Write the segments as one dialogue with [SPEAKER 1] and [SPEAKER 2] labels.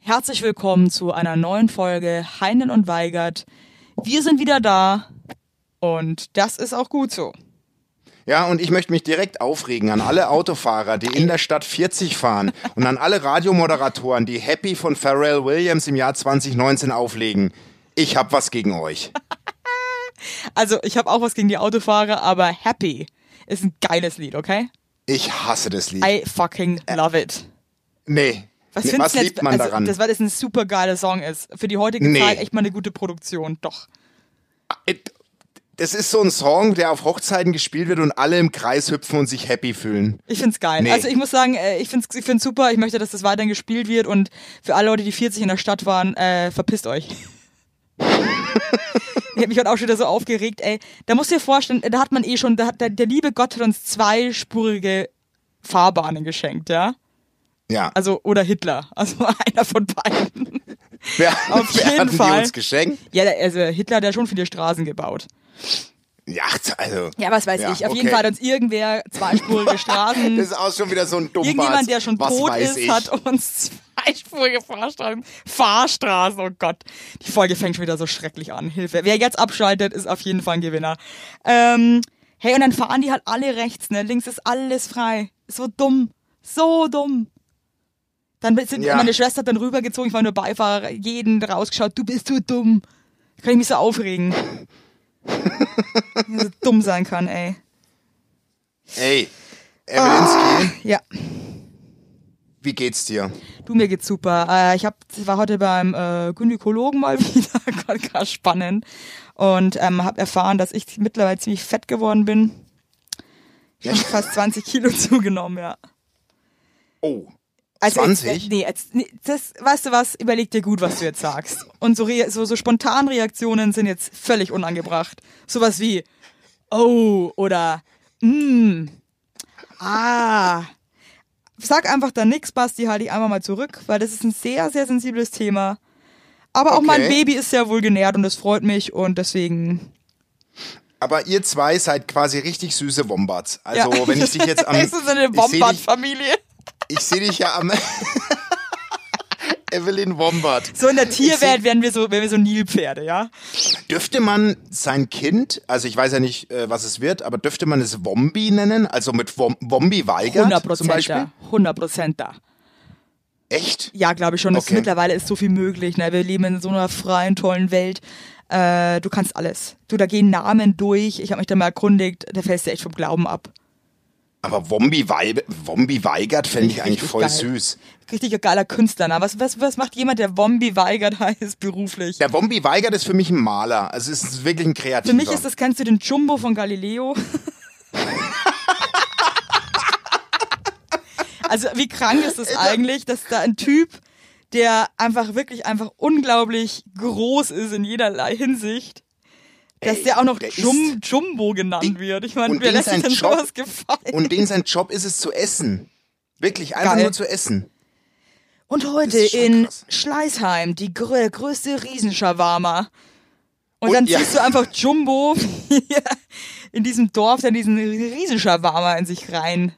[SPEAKER 1] Herzlich willkommen zu einer neuen Folge Heinen und Weigert. Wir sind wieder da und das ist auch gut so.
[SPEAKER 2] Ja, und ich möchte mich direkt aufregen an alle Autofahrer, die in der Stadt 40 fahren und an alle Radiomoderatoren, die Happy von Pharrell Williams im Jahr 2019 auflegen. Ich hab was gegen euch.
[SPEAKER 1] Also, ich habe auch was gegen die Autofahrer, aber Happy ist ein geiles Lied, okay?
[SPEAKER 2] Ich hasse das Lied.
[SPEAKER 1] I fucking love it.
[SPEAKER 2] Nee.
[SPEAKER 1] Was
[SPEAKER 2] nee,
[SPEAKER 1] findest
[SPEAKER 2] was
[SPEAKER 1] du jetzt,
[SPEAKER 2] liebt man
[SPEAKER 1] also,
[SPEAKER 2] daran?
[SPEAKER 1] Das, weil das ein super geiler Song ist. Für die heutige
[SPEAKER 2] Nee.
[SPEAKER 1] Zeit echt mal eine gute Produktion, doch.
[SPEAKER 2] It- Das ist so ein Song, der auf Hochzeiten gespielt wird und alle im Kreis hüpfen und sich happy fühlen.
[SPEAKER 1] Ich find's geil.
[SPEAKER 2] Nee.
[SPEAKER 1] Also ich muss sagen, äh, ich find's, ich find's super. Ich möchte, dass das weiterhin gespielt wird und für alle Leute, die 40 in der Stadt waren, äh, verpisst euch. ich hab mich heute auch schon wieder so aufgeregt, ey. Da musst du dir vorstellen, da hat man eh schon, da hat, der, der liebe Gott hat uns zweispurige Fahrbahnen geschenkt, ja?
[SPEAKER 2] Ja.
[SPEAKER 1] Also, oder Hitler. Also einer von beiden.
[SPEAKER 2] wer,
[SPEAKER 1] auf
[SPEAKER 2] wer
[SPEAKER 1] jeden
[SPEAKER 2] hatten
[SPEAKER 1] Fall.
[SPEAKER 2] die uns geschenkt?
[SPEAKER 1] Ja, der- also Hitler hat ja schon viele Straßen gebaut.
[SPEAKER 2] Ja, also.
[SPEAKER 1] Ja, was weiß
[SPEAKER 2] Ja,
[SPEAKER 1] ich. Auf
[SPEAKER 2] okay.
[SPEAKER 1] jeden Fall hat uns irgendwer zweispurige Straßen.
[SPEAKER 2] Das ist auch schon wieder so ein dummer
[SPEAKER 1] Irgendjemand, der schon
[SPEAKER 2] was
[SPEAKER 1] tot
[SPEAKER 2] weiß
[SPEAKER 1] ist,
[SPEAKER 2] ich.
[SPEAKER 1] hat uns zweispurige Fahrstraßen. Fahrstraßen, oh Gott. Die Folge fängt schon wieder so schrecklich an. Hilfe. Wer jetzt abschaltet, ist auf jeden Fall ein Gewinner. Ähm, hey, und dann fahren die halt alle rechts, ne? Links ist alles frei. So dumm. So dumm. Dann sind
[SPEAKER 2] Ja.
[SPEAKER 1] meine Schwester hat dann rübergezogen, ich war nur Beifahrer, jeden rausgeschaut, du bist so dumm. Da kann ich mich so aufregen. Wie so dumm sein kann, ey.
[SPEAKER 2] Ey, Evelinski,
[SPEAKER 1] Ja.
[SPEAKER 2] wie geht's dir?
[SPEAKER 1] Du, mir geht's super. Äh, ich hab, war heute beim äh, Gynäkologen mal wieder, Gott, ganz spannend. Und ähm, habe erfahren, dass ich mittlerweile ziemlich fett geworden bin. Ich habe fast 20 Kilo zugenommen, ja.
[SPEAKER 2] Oh.
[SPEAKER 1] Also
[SPEAKER 2] 20?
[SPEAKER 1] Jetzt, nee, jetzt, nee, das, weißt du was, überleg dir gut, was du jetzt sagst. Und so, rea- so, so spontan Reaktionen sind jetzt völlig unangebracht. Sowas wie, oh, oder, mm, ah. Sag einfach dann nix, Basti, halte ich einfach mal zurück, weil das ist ein sehr, sehr sensibles Thema. Aber auch
[SPEAKER 2] Okay.
[SPEAKER 1] mein Baby ist sehr wohl genährt und das freut mich und deswegen,
[SPEAKER 2] Aber ihr zwei seid quasi richtig süße Wombats. Also,
[SPEAKER 1] Ja.
[SPEAKER 2] wenn ich dich jetzt am.
[SPEAKER 1] es ist eine
[SPEAKER 2] ich seh dich-
[SPEAKER 1] Wombat-Familie.
[SPEAKER 2] Ich sehe dich, ja am. Evelyn Wombat.
[SPEAKER 1] So in der Tierwelt wären wir so, wären wir so Nilpferde, ja?
[SPEAKER 2] Dürfte man sein Kind, also ich weiß ja nicht, äh, was es wird, aber dürfte man es Wombi nennen? Also mit Wom Wombi Weigert
[SPEAKER 1] 100
[SPEAKER 2] zum Beispiel?
[SPEAKER 1] da. 100 da.
[SPEAKER 2] Echt?
[SPEAKER 1] Ja, glaube ich schon. Das
[SPEAKER 2] Okay.
[SPEAKER 1] mittlerweile ist so viel möglich. Ne? Wir leben in so einer freien, tollen Welt. Äh, du kannst alles. Du, da gehen Namen durch. Ich habe mich da mal erkundigt. Da fällst du echt vom Glauben ab.
[SPEAKER 2] Aber Wombi, Wei Wombi Weigert fände ich eigentlich
[SPEAKER 1] Richtig
[SPEAKER 2] voll
[SPEAKER 1] geil.
[SPEAKER 2] süß.
[SPEAKER 1] Richtiger geiler Künstler. Ne? Was, was, was macht jemand, der Wombi Weigert heißt beruflich?
[SPEAKER 2] Der Wombi Weigert ist für mich ein Maler. Also es ist wirklich ein Kreativer.
[SPEAKER 1] Für mich ist das, kennst du den Jumbo von Galileo? also wie krank ist das eigentlich, dass da ein Typ, der einfach wirklich einfach unglaublich groß ist in jederlei Hinsicht, dass
[SPEAKER 2] Ey,
[SPEAKER 1] der auch noch
[SPEAKER 2] der
[SPEAKER 1] Jum Jumbo genannt wird. Ich meine,
[SPEAKER 2] und
[SPEAKER 1] wer
[SPEAKER 2] den
[SPEAKER 1] lässt sich
[SPEAKER 2] sein
[SPEAKER 1] denn
[SPEAKER 2] Job-
[SPEAKER 1] sowas gefallen?
[SPEAKER 2] Und den sein Job ist es zu essen. Wirklich, einfach
[SPEAKER 1] Geil.
[SPEAKER 2] nur zu essen.
[SPEAKER 1] Und heute
[SPEAKER 2] Das ist schon
[SPEAKER 1] in
[SPEAKER 2] krass.
[SPEAKER 1] Schleißheim, die grö größte Riesenschawarma. Und,
[SPEAKER 2] Und
[SPEAKER 1] dann
[SPEAKER 2] ja.
[SPEAKER 1] ziehst du einfach Jumbo in diesem Dorf dann diesen Riesenschawarma in sich rein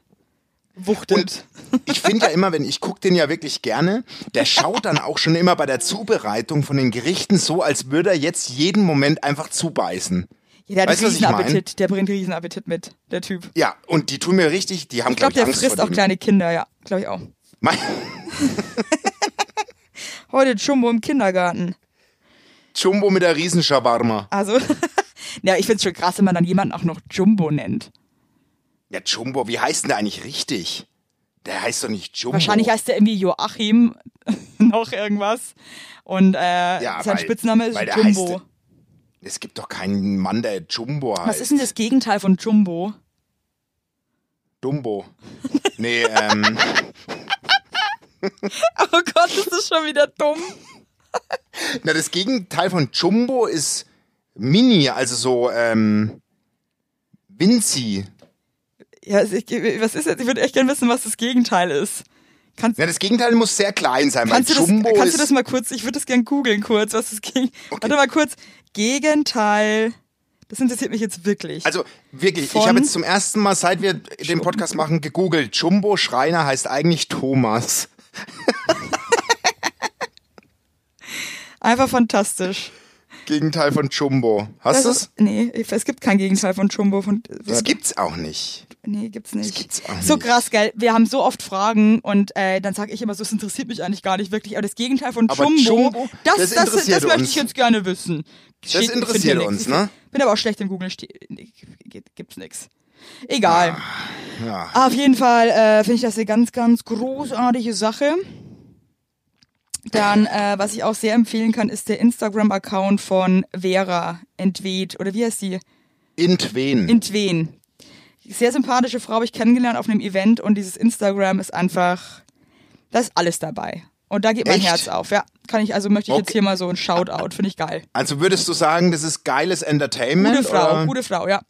[SPEAKER 1] wuchtet.
[SPEAKER 2] Ich finde ja immer, wenn ich gucke den ja wirklich gerne, der schaut dann auch schon immer bei der Zubereitung von den Gerichten so, als würde er jetzt jeden Moment einfach zubeißen.
[SPEAKER 1] ja, der hat
[SPEAKER 2] weißt du, was ich mein?
[SPEAKER 1] Riesenappetit, der bringt Riesenappetit mit, der Typ.
[SPEAKER 2] Ja, und die tun mir richtig, die haben
[SPEAKER 1] Ich glaube,
[SPEAKER 2] glaub
[SPEAKER 1] der
[SPEAKER 2] Angst
[SPEAKER 1] frisst
[SPEAKER 2] vor
[SPEAKER 1] auch
[SPEAKER 2] dem.
[SPEAKER 1] kleine Kinder, ja, glaube ich auch.
[SPEAKER 2] Mein
[SPEAKER 1] Heute Jumbo im Kindergarten.
[SPEAKER 2] Jumbo mit der Riesenschawarma.
[SPEAKER 1] Also, ja, ich find's schon krass, wenn man dann jemanden auch noch Jumbo nennt.
[SPEAKER 2] Ja, Jumbo, wie heißt denn der eigentlich richtig? Der heißt doch nicht Jumbo.
[SPEAKER 1] Wahrscheinlich heißt er irgendwie Joachim noch irgendwas. Und äh,
[SPEAKER 2] Ja,
[SPEAKER 1] sein
[SPEAKER 2] weil-
[SPEAKER 1] Spitzname ist
[SPEAKER 2] weil der
[SPEAKER 1] Jumbo.
[SPEAKER 2] heißt- Es gibt doch keinen Mann, der Jumbo heißt.
[SPEAKER 1] Was ist denn das Gegenteil von Jumbo?
[SPEAKER 2] Dumbo. Nee, ähm,
[SPEAKER 1] Oh Gott, das ist schon wieder dumm.
[SPEAKER 2] na, das Gegenteil von Jumbo ist Mini, also so, ähm, Vinci.
[SPEAKER 1] Ja, also ich, was ist jetzt? Ich würde echt gerne wissen, was das Gegenteil ist. Kannst,
[SPEAKER 2] Ja, das Gegenteil muss sehr klein sein,
[SPEAKER 1] kannst, du,
[SPEAKER 2] weil
[SPEAKER 1] das,
[SPEAKER 2] Jumbo
[SPEAKER 1] kannst du
[SPEAKER 2] ist.
[SPEAKER 1] das mal kurz, ich würde das gerne googeln kurz, was das Gegenteil... Warte mal kurz. Gegenteil... Das interessiert mich jetzt wirklich.
[SPEAKER 2] also wirklich,
[SPEAKER 1] Von-
[SPEAKER 2] ich habe jetzt zum ersten Mal, seit wir den Podcast machen, gegoogelt. Jumbo Schreiner heißt eigentlich Thomas.
[SPEAKER 1] Einfach fantastisch.
[SPEAKER 2] Gegenteil von Jumbo. Hast du es?
[SPEAKER 1] ist- Nee, es gibt kein Gegenteil von Jumbo. Von,
[SPEAKER 2] Das gibt's auch nicht.
[SPEAKER 1] Nee, gibt's nicht.
[SPEAKER 2] gibt's auch
[SPEAKER 1] so
[SPEAKER 2] nicht.
[SPEAKER 1] krass, gell? Wir haben so oft Fragen und äh, dann sage ich immer so, es interessiert mich eigentlich gar nicht wirklich. Aber das Gegenteil von
[SPEAKER 2] Aber
[SPEAKER 1] Jumbo,
[SPEAKER 2] Jumbo,
[SPEAKER 1] das,
[SPEAKER 2] das
[SPEAKER 1] das, das,
[SPEAKER 2] interessiert
[SPEAKER 1] möchte
[SPEAKER 2] uns.
[SPEAKER 1] ich jetzt gerne wissen. Steht- ich
[SPEAKER 2] interessiert
[SPEAKER 1] finde hier
[SPEAKER 2] uns,
[SPEAKER 1] nix.
[SPEAKER 2] ne?
[SPEAKER 1] Ich bin aber auch schlecht im Googlen. Ste nee, geht- gibt's nix. Egal.
[SPEAKER 2] Ah, Ja.
[SPEAKER 1] Auf jeden Fall äh, finde ich das eine ganz, ganz großartige Sache. Dann, äh, was ich auch sehr empfehlen kann, ist der Instagram-Account von Vera Entweht. Oder wie heißt die?
[SPEAKER 2] Intwen.
[SPEAKER 1] In Tween. Sehr sympathische Frau habe ich kennengelernt auf einem Event und dieses Instagram ist einfach, da ist alles dabei. Und da geht mein
[SPEAKER 2] Echt?
[SPEAKER 1] Herz auf. Ja, kann ich, also möchte ich jetzt
[SPEAKER 2] Okay.
[SPEAKER 1] hier mal so ein Shoutout, finde ich geil.
[SPEAKER 2] also würdest du sagen, das ist geiles Entertainment?
[SPEAKER 1] Gute Frau,
[SPEAKER 2] oder?
[SPEAKER 1] gute Frau, ja.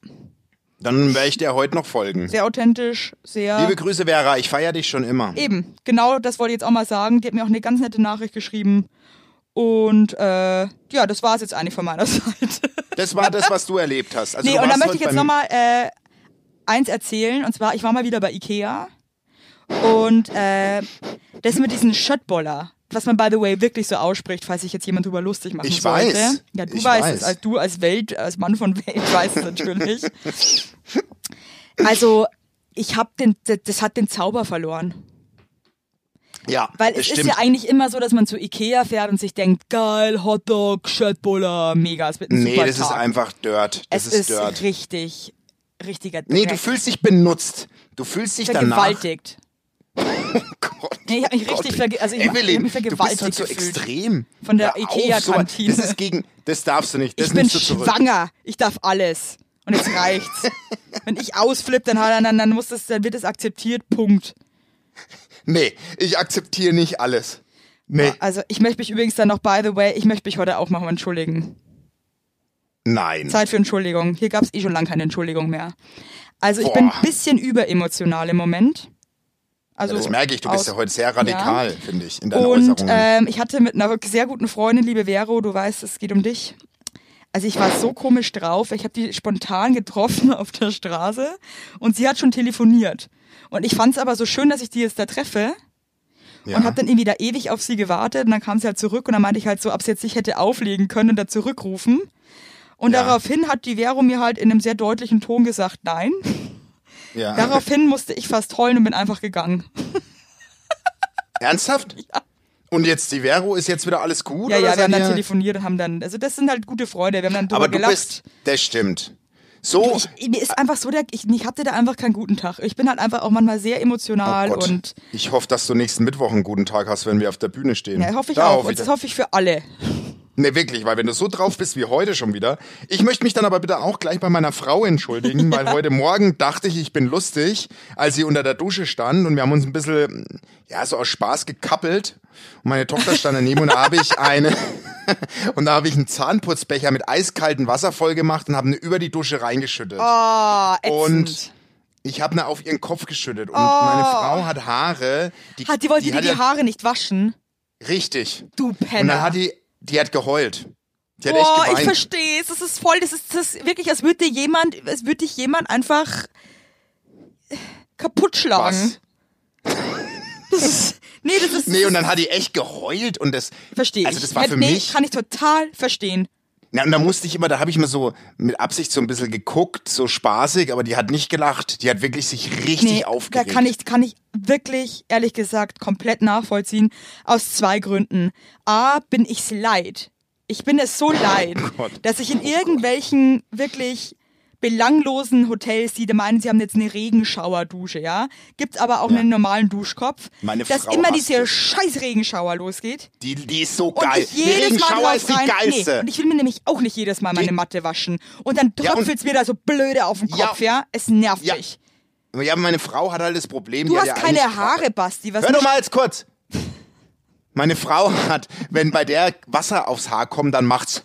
[SPEAKER 2] Dann werde ich dir heute noch folgen.
[SPEAKER 1] Sehr authentisch, sehr.
[SPEAKER 2] Liebe Grüße, Vera. Ich feiere dich schon immer.
[SPEAKER 1] Eben, genau das wollte ich jetzt auch mal sagen. Die hat mir auch eine ganz nette Nachricht geschrieben. Und äh, ja, das war es jetzt eigentlich von meiner Seite.
[SPEAKER 2] Das war das, was du erlebt hast. Also
[SPEAKER 1] Nee,
[SPEAKER 2] du
[SPEAKER 1] und da
[SPEAKER 2] warst
[SPEAKER 1] möchte
[SPEAKER 2] heute
[SPEAKER 1] ich jetzt
[SPEAKER 2] beim-
[SPEAKER 1] nochmal äh, eins erzählen. Und zwar, ich war mal wieder bei Ikea. Und äh, das mit diesen Shotboller, was man, by the way, wirklich so ausspricht, falls sich jetzt jemand drüber lustig machen
[SPEAKER 2] Ich
[SPEAKER 1] sollte.
[SPEAKER 2] weiß.
[SPEAKER 1] Ja, du
[SPEAKER 2] Ich
[SPEAKER 1] weißt
[SPEAKER 2] weiß.
[SPEAKER 1] es, als du als Welt, als Mann von Welt weißt es natürlich. also, ich habe den, das- das hat den Zauber verloren.
[SPEAKER 2] Ja,
[SPEAKER 1] Weil
[SPEAKER 2] das
[SPEAKER 1] es
[SPEAKER 2] stimmt.
[SPEAKER 1] ist ja eigentlich immer so, dass man zu Ikea fährt und sich denkt, geil, Hotdog, Shirtbuller, mega, es wird ein
[SPEAKER 2] Nee,
[SPEAKER 1] super
[SPEAKER 2] das
[SPEAKER 1] Tag.
[SPEAKER 2] ist einfach Dirt. Das
[SPEAKER 1] es
[SPEAKER 2] ist
[SPEAKER 1] ist
[SPEAKER 2] Dirt.
[SPEAKER 1] richtig, richtiger
[SPEAKER 2] Nee,
[SPEAKER 1] Dreck.
[SPEAKER 2] du fühlst dich benutzt. Du fühlst dich danach.
[SPEAKER 1] vergewaltigt.
[SPEAKER 2] Gott,
[SPEAKER 1] Nee, ich hab mich
[SPEAKER 2] Gott,
[SPEAKER 1] richtig verge- also ich- ich hab mich
[SPEAKER 2] Evelyn,
[SPEAKER 1] vergewaltigt
[SPEAKER 2] du bist halt so
[SPEAKER 1] gefühlt.
[SPEAKER 2] extrem.
[SPEAKER 1] Von der
[SPEAKER 2] Hör auf,
[SPEAKER 1] Ikea-Kantine.
[SPEAKER 2] sowas- Das ist gegen, das darfst du nicht. Das
[SPEAKER 1] Ich bin
[SPEAKER 2] nimmst du zurück.
[SPEAKER 1] schwanger, ich darf alles. Und jetzt reicht's. Wenn ich ausflippe, dann, hat- dann, dann, muss das, dann wird es akzeptiert, Punkt.
[SPEAKER 2] Nee, ich akzeptiere nicht alles. Nee,
[SPEAKER 1] Also ich möchte mich übrigens dann noch, by the way, ich möchte mich heute auch machen, entschuldigen.
[SPEAKER 2] nein.
[SPEAKER 1] Zeit für Entschuldigung. Hier gab es eh schon lange keine Entschuldigung mehr. Also ich bin
[SPEAKER 2] Boah.
[SPEAKER 1] ein bisschen überemotional im Moment. Also
[SPEAKER 2] das merke ich, du bist
[SPEAKER 1] aus-
[SPEAKER 2] ja heute sehr radikal, finde ich, in deinen
[SPEAKER 1] Und
[SPEAKER 2] Äußerungen.
[SPEAKER 1] ähm, ich hatte mit einer wirklich sehr guten Freundin, liebe Vero, du weißt, es geht um dich. Also ich war so komisch drauf. Ich habe die spontan getroffen auf der Straße und sie hat schon telefoniert. Und ich fand es aber so schön, dass ich die jetzt da treffe
[SPEAKER 2] ja.
[SPEAKER 1] und habe dann irgendwie da ewig auf sie gewartet und dann kam sie halt zurück und dann meinte ich halt so, ob sie jetzt nicht hätte auflegen können und da zurückrufen. Und
[SPEAKER 2] Ja.
[SPEAKER 1] daraufhin hat die Vero mir halt in einem sehr deutlichen Ton gesagt, nein.
[SPEAKER 2] ja.
[SPEAKER 1] Daraufhin musste ich fast heulen und bin einfach gegangen.
[SPEAKER 2] Ernsthaft? Ja. Und jetzt die Vero, ist jetzt wieder alles gut?
[SPEAKER 1] Ja,
[SPEAKER 2] oder
[SPEAKER 1] ja, wir
[SPEAKER 2] seid
[SPEAKER 1] haben dann
[SPEAKER 2] ihr-
[SPEAKER 1] telefoniert und haben dann, also das sind halt gute Freunde, wir haben dann drüber
[SPEAKER 2] Aber du
[SPEAKER 1] gelacht.
[SPEAKER 2] bist, das stimmt. So,
[SPEAKER 1] ich, mir ist einfach so der, ich, ich hatte da einfach keinen guten Tag. Ich bin halt einfach auch manchmal sehr emotional
[SPEAKER 2] Oh Gott,
[SPEAKER 1] und
[SPEAKER 2] ich hoffe, dass du nächsten Mittwoch einen guten Tag hast, wenn wir auf der Bühne stehen.
[SPEAKER 1] ja, hoffe ich
[SPEAKER 2] da
[SPEAKER 1] auch.
[SPEAKER 2] Hoffe ich,
[SPEAKER 1] und das hoffe ich für alle.
[SPEAKER 2] nee, Ne, wirklich, weil wenn du so drauf bist wie heute schon wieder. Ich möchte mich dann aber bitte auch gleich bei meiner Frau entschuldigen, weil heute Morgen dachte ich, ich bin lustig, als sie unter der Dusche stand und wir haben uns ein bisschen, ja, so aus Spaß gekappelt. Und meine Tochter stand daneben und da habe ich eine, und da habe ich einen Zahnputzbecher mit eiskaltem Wasser voll gemacht und habe ihn über die Dusche reingeschüttet.
[SPEAKER 1] Oh, ätzend.
[SPEAKER 2] Ah, Und ich habe ne auf ihren Kopf geschüttet und meine Frau hat Haare. Die,
[SPEAKER 1] Oh. hat, die wollte die, die
[SPEAKER 2] ja-
[SPEAKER 1] Haare nicht waschen.
[SPEAKER 2] Richtig.
[SPEAKER 1] Du Penner.
[SPEAKER 2] Und dann hat die, die hat geheult. Die hat
[SPEAKER 1] Boah,
[SPEAKER 2] echt
[SPEAKER 1] ich
[SPEAKER 2] geweint.
[SPEAKER 1] verstehe es. Es ist voll, das ist, das ist wirklich, als würde dir jemand, es würde dich jemand einfach kaputt schlagen.
[SPEAKER 2] Was?
[SPEAKER 1] Das ist, nee, das ist.
[SPEAKER 2] Nee, und dann hat die echt geheult und das.
[SPEAKER 1] Verstehe
[SPEAKER 2] Also
[SPEAKER 1] ich.
[SPEAKER 2] das war
[SPEAKER 1] Hätte-
[SPEAKER 2] für
[SPEAKER 1] nee,
[SPEAKER 2] mich.
[SPEAKER 1] kann ich total verstehen.
[SPEAKER 2] Na, und da musste ich immer, da habe ich immer so mit Absicht so ein bisschen geguckt, so spaßig, aber die hat nicht gelacht. Die hat wirklich sich richtig
[SPEAKER 1] Nee, da
[SPEAKER 2] aufgeregt.
[SPEAKER 1] kann ich, kann ich wirklich, ehrlich gesagt, komplett nachvollziehen. Aus zwei Gründen. A, bin ich's leid. Ich bin es so leid,
[SPEAKER 2] Oh Gott.
[SPEAKER 1] dass ich in irgendwelchen wirklich belanglosen Hotels, die meinen, sie haben jetzt eine Regenschauerdusche, ja, gibt's aber auch einen normalen Duschkopf,
[SPEAKER 2] Meine
[SPEAKER 1] dass
[SPEAKER 2] Frau
[SPEAKER 1] immer
[SPEAKER 2] hasst
[SPEAKER 1] diese
[SPEAKER 2] es.
[SPEAKER 1] scheiß Regenschauer losgeht.
[SPEAKER 2] die, die ist so
[SPEAKER 1] Und
[SPEAKER 2] geil.
[SPEAKER 1] ich
[SPEAKER 2] Die
[SPEAKER 1] jedes Mal
[SPEAKER 2] Regenschauer
[SPEAKER 1] drauf
[SPEAKER 2] ist die
[SPEAKER 1] rein, Nee,
[SPEAKER 2] geilste.
[SPEAKER 1] und ich will mir nämlich auch nicht jedes Mal meine
[SPEAKER 2] Die-
[SPEAKER 1] Matte waschen. Und dann
[SPEAKER 2] Ja, und-
[SPEAKER 1] tröpfelt's mir da so blöde auf den
[SPEAKER 2] Ja.
[SPEAKER 1] Kopf, ja. Es nervt
[SPEAKER 2] Ja.
[SPEAKER 1] mich.
[SPEAKER 2] ja, meine Frau hat halt das Problem.
[SPEAKER 1] Du
[SPEAKER 2] die
[SPEAKER 1] hast
[SPEAKER 2] hat ja
[SPEAKER 1] keine
[SPEAKER 2] eigentlich-
[SPEAKER 1] Haare, Basti. Was
[SPEAKER 2] Hör doch mal jetzt kurz. Meine Frau hat, wenn bei der Wasser aufs Haar kommt, dann macht's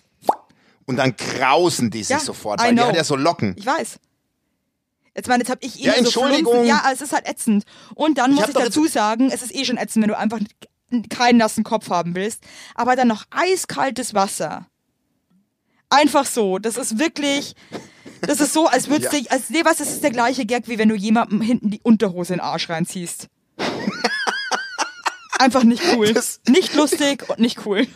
[SPEAKER 2] und dann krausen die sich
[SPEAKER 1] Ja,
[SPEAKER 2] sofort,
[SPEAKER 1] I
[SPEAKER 2] weil die
[SPEAKER 1] know.
[SPEAKER 2] hat ja so Locken.
[SPEAKER 1] Ich weiß. Jetzt meine, jetzt habe ich eh
[SPEAKER 2] Ja,
[SPEAKER 1] nur so
[SPEAKER 2] Entschuldigung.
[SPEAKER 1] Flunzen. Ja, es ist halt ätzend. Und dann muss
[SPEAKER 2] hab
[SPEAKER 1] ich
[SPEAKER 2] doch
[SPEAKER 1] dazu sagen, es ist eh schon ätzend, wenn du einfach keinen nassen Kopf haben willst. Aber dann noch eiskaltes Wasser. Einfach so. Das ist wirklich. Das ist so, als würdest
[SPEAKER 2] Ja.
[SPEAKER 1] du. Als, nee, was, das ist der gleiche Gag, wie wenn du jemandem hinten die Unterhose in den Arsch reinziehst. Einfach nicht cool.
[SPEAKER 2] Das-
[SPEAKER 1] nicht lustig und nicht cool.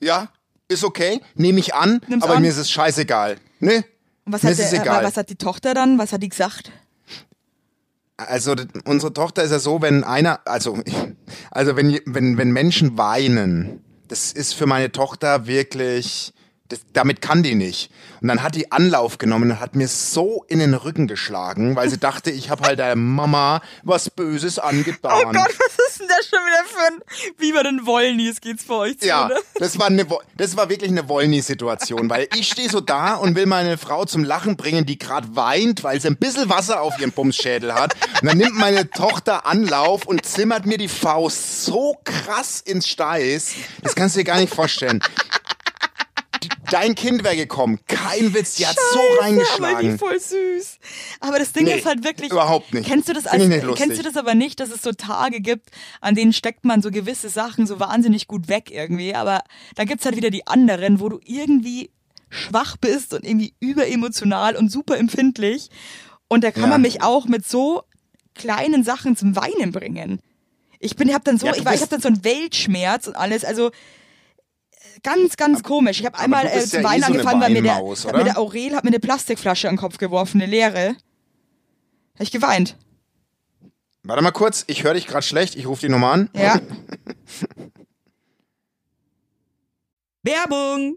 [SPEAKER 2] ja, ist okay, nehme ich an,
[SPEAKER 1] Nimm's
[SPEAKER 2] aber
[SPEAKER 1] an.
[SPEAKER 2] mir ist es scheißegal. Ne?
[SPEAKER 1] Und was
[SPEAKER 2] Mir
[SPEAKER 1] hat,
[SPEAKER 2] ist es
[SPEAKER 1] der, äh,
[SPEAKER 2] egal.
[SPEAKER 1] was hat die Tochter dann? Was hat die gesagt?
[SPEAKER 2] Also d- unsere Tochter ist ja so, wenn einer, also also wenn je- wenn wenn Menschen weinen, das ist für meine Tochter wirklich, das, damit kann die nicht. Und dann hat die Anlauf genommen und hat mir so in den Rücken geschlagen, weil sie dachte, ich habe halt der Mama was Böses angetan.
[SPEAKER 1] Oh Gott, was ist denn das schon wieder für ein. Wie bei den Wollnies geht's bei euch zu,
[SPEAKER 2] Ja,
[SPEAKER 1] ne?
[SPEAKER 2] das war, eine, Wo- das war wirklich eine Wollny-Situation, weil ich stehe so da und will meine Frau zum Lachen bringen, die gerade weint, weil sie ein bisschen Wasser auf ihrem Bumsschädel hat. Und dann nimmt meine Tochter Anlauf und zimmert mir die Faust so krass ins Steiß. Das kannst du dir gar nicht vorstellen. Die- Dein Kind wäre gekommen. Kein Witz, die hat so
[SPEAKER 1] Aber die
[SPEAKER 2] reingeschlagen.
[SPEAKER 1] voll süß. Aber das Ding
[SPEAKER 2] Nee,
[SPEAKER 1] ist halt wirklich.
[SPEAKER 2] überhaupt nicht.
[SPEAKER 1] Kennst du das
[SPEAKER 2] Find
[SPEAKER 1] als,
[SPEAKER 2] ich nicht lustig.
[SPEAKER 1] Kennst du das aber nicht, dass es so Tage gibt, an denen steckt man so gewisse Sachen so wahnsinnig gut weg irgendwie. Aber dann gibt's halt wieder die anderen, wo du irgendwie schwach bist und irgendwie überemotional und super empfindlich. Und da kann
[SPEAKER 2] Ja.
[SPEAKER 1] man mich auch mit so kleinen Sachen zum Weinen bringen. Ich bin, ich hab dann so,
[SPEAKER 2] Ja, du
[SPEAKER 1] ich, war- ich
[SPEAKER 2] bist-
[SPEAKER 1] hab dann so einen Weltschmerz und alles. Also ganz, ganz komisch. Ich habe einmal
[SPEAKER 2] du
[SPEAKER 1] äh,
[SPEAKER 2] bist
[SPEAKER 1] zum
[SPEAKER 2] ja eh
[SPEAKER 1] Weinen
[SPEAKER 2] so eine
[SPEAKER 1] angefangen, weil mir der,
[SPEAKER 2] Weinmaus,
[SPEAKER 1] hat mir
[SPEAKER 2] oder?
[SPEAKER 1] der Aurel hat mir eine Plastikflasche an den Kopf geworfen, eine leere. Habe ich geweint.
[SPEAKER 2] Warte mal kurz, ich höre dich gerade schlecht, ich rufe die Nummer an.
[SPEAKER 1] Ja.
[SPEAKER 3] Werbung!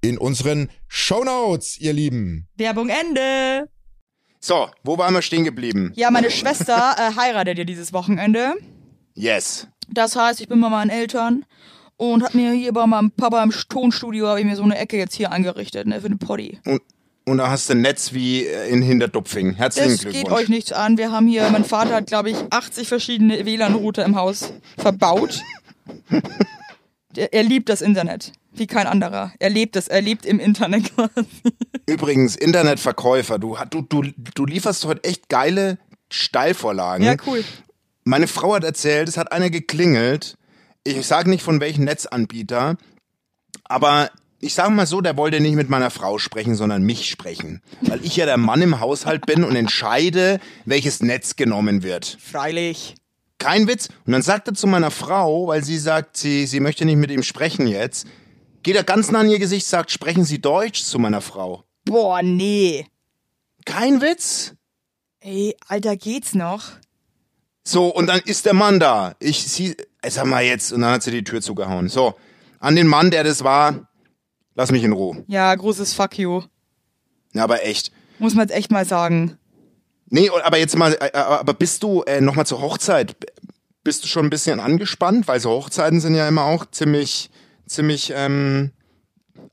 [SPEAKER 4] in unseren Shownotes, ihr Lieben.
[SPEAKER 3] Werbung Ende!
[SPEAKER 2] So, wo waren wir stehen geblieben?
[SPEAKER 1] Ja, meine Schwester äh, heiratet ja dieses Wochenende.
[SPEAKER 2] Yes.
[SPEAKER 1] Das heißt, ich bin bei meinen Eltern und hab mir hier bei meinem Papa im Tonstudio habe ich mir so eine Ecke jetzt hier eingerichtet, ne, für den Potti.
[SPEAKER 2] Und, und da hast du ein Netz wie äh, in Hinterdupfing. Herzlichen
[SPEAKER 1] Das
[SPEAKER 2] Glückwunsch.
[SPEAKER 1] geht euch nichts an. Wir haben hier, mein Vater hat, glaube ich, 80 verschiedene WLAN-Router im Haus verbaut. Der, er liebt das Internet. Wie kein anderer. Er lebt es, er lebt im Internet quasi.
[SPEAKER 2] Übrigens, Internetverkäufer, du, hat- du, du, du lieferst heute echt geile Steilvorlagen.
[SPEAKER 1] Ja, cool.
[SPEAKER 2] Meine Frau hat erzählt, es hat einer geklingelt. Ich sage nicht von welchem Netzanbieter, aber ich sage mal so, der wollte nicht mit meiner Frau sprechen, sondern mich sprechen. Weil ich ja der Mann im Haushalt bin und entscheide, welches Netz genommen wird.
[SPEAKER 1] Freilich.
[SPEAKER 2] Kein Witz. Und dann sagt er zu meiner Frau, weil sie sagt, sie, sie möchte nicht mit ihm sprechen jetzt, geht er ganz nah an ihr Gesicht, sagt, sprechen Sie Deutsch zu meiner Frau.
[SPEAKER 1] Boah, nee.
[SPEAKER 2] Kein Witz.
[SPEAKER 1] Ey, Alter, geht's noch?
[SPEAKER 2] So, und dann ist der Mann da. Ich, sie, ey, sag mal jetzt. Und dann hat sie die Tür zugehauen. So, an den Mann, der das war, lass mich in Ruhe.
[SPEAKER 1] Ja, großes Fuck you.
[SPEAKER 2] Ja, aber echt.
[SPEAKER 1] Muss man jetzt echt mal sagen.
[SPEAKER 2] Nee, und- aber jetzt mal, äh, aber bist du, äh, nochmal zur Hochzeit, b- bist du schon ein bisschen angespannt? Weil so Hochzeiten sind ja immer auch ziemlich, ziemlich, ähm,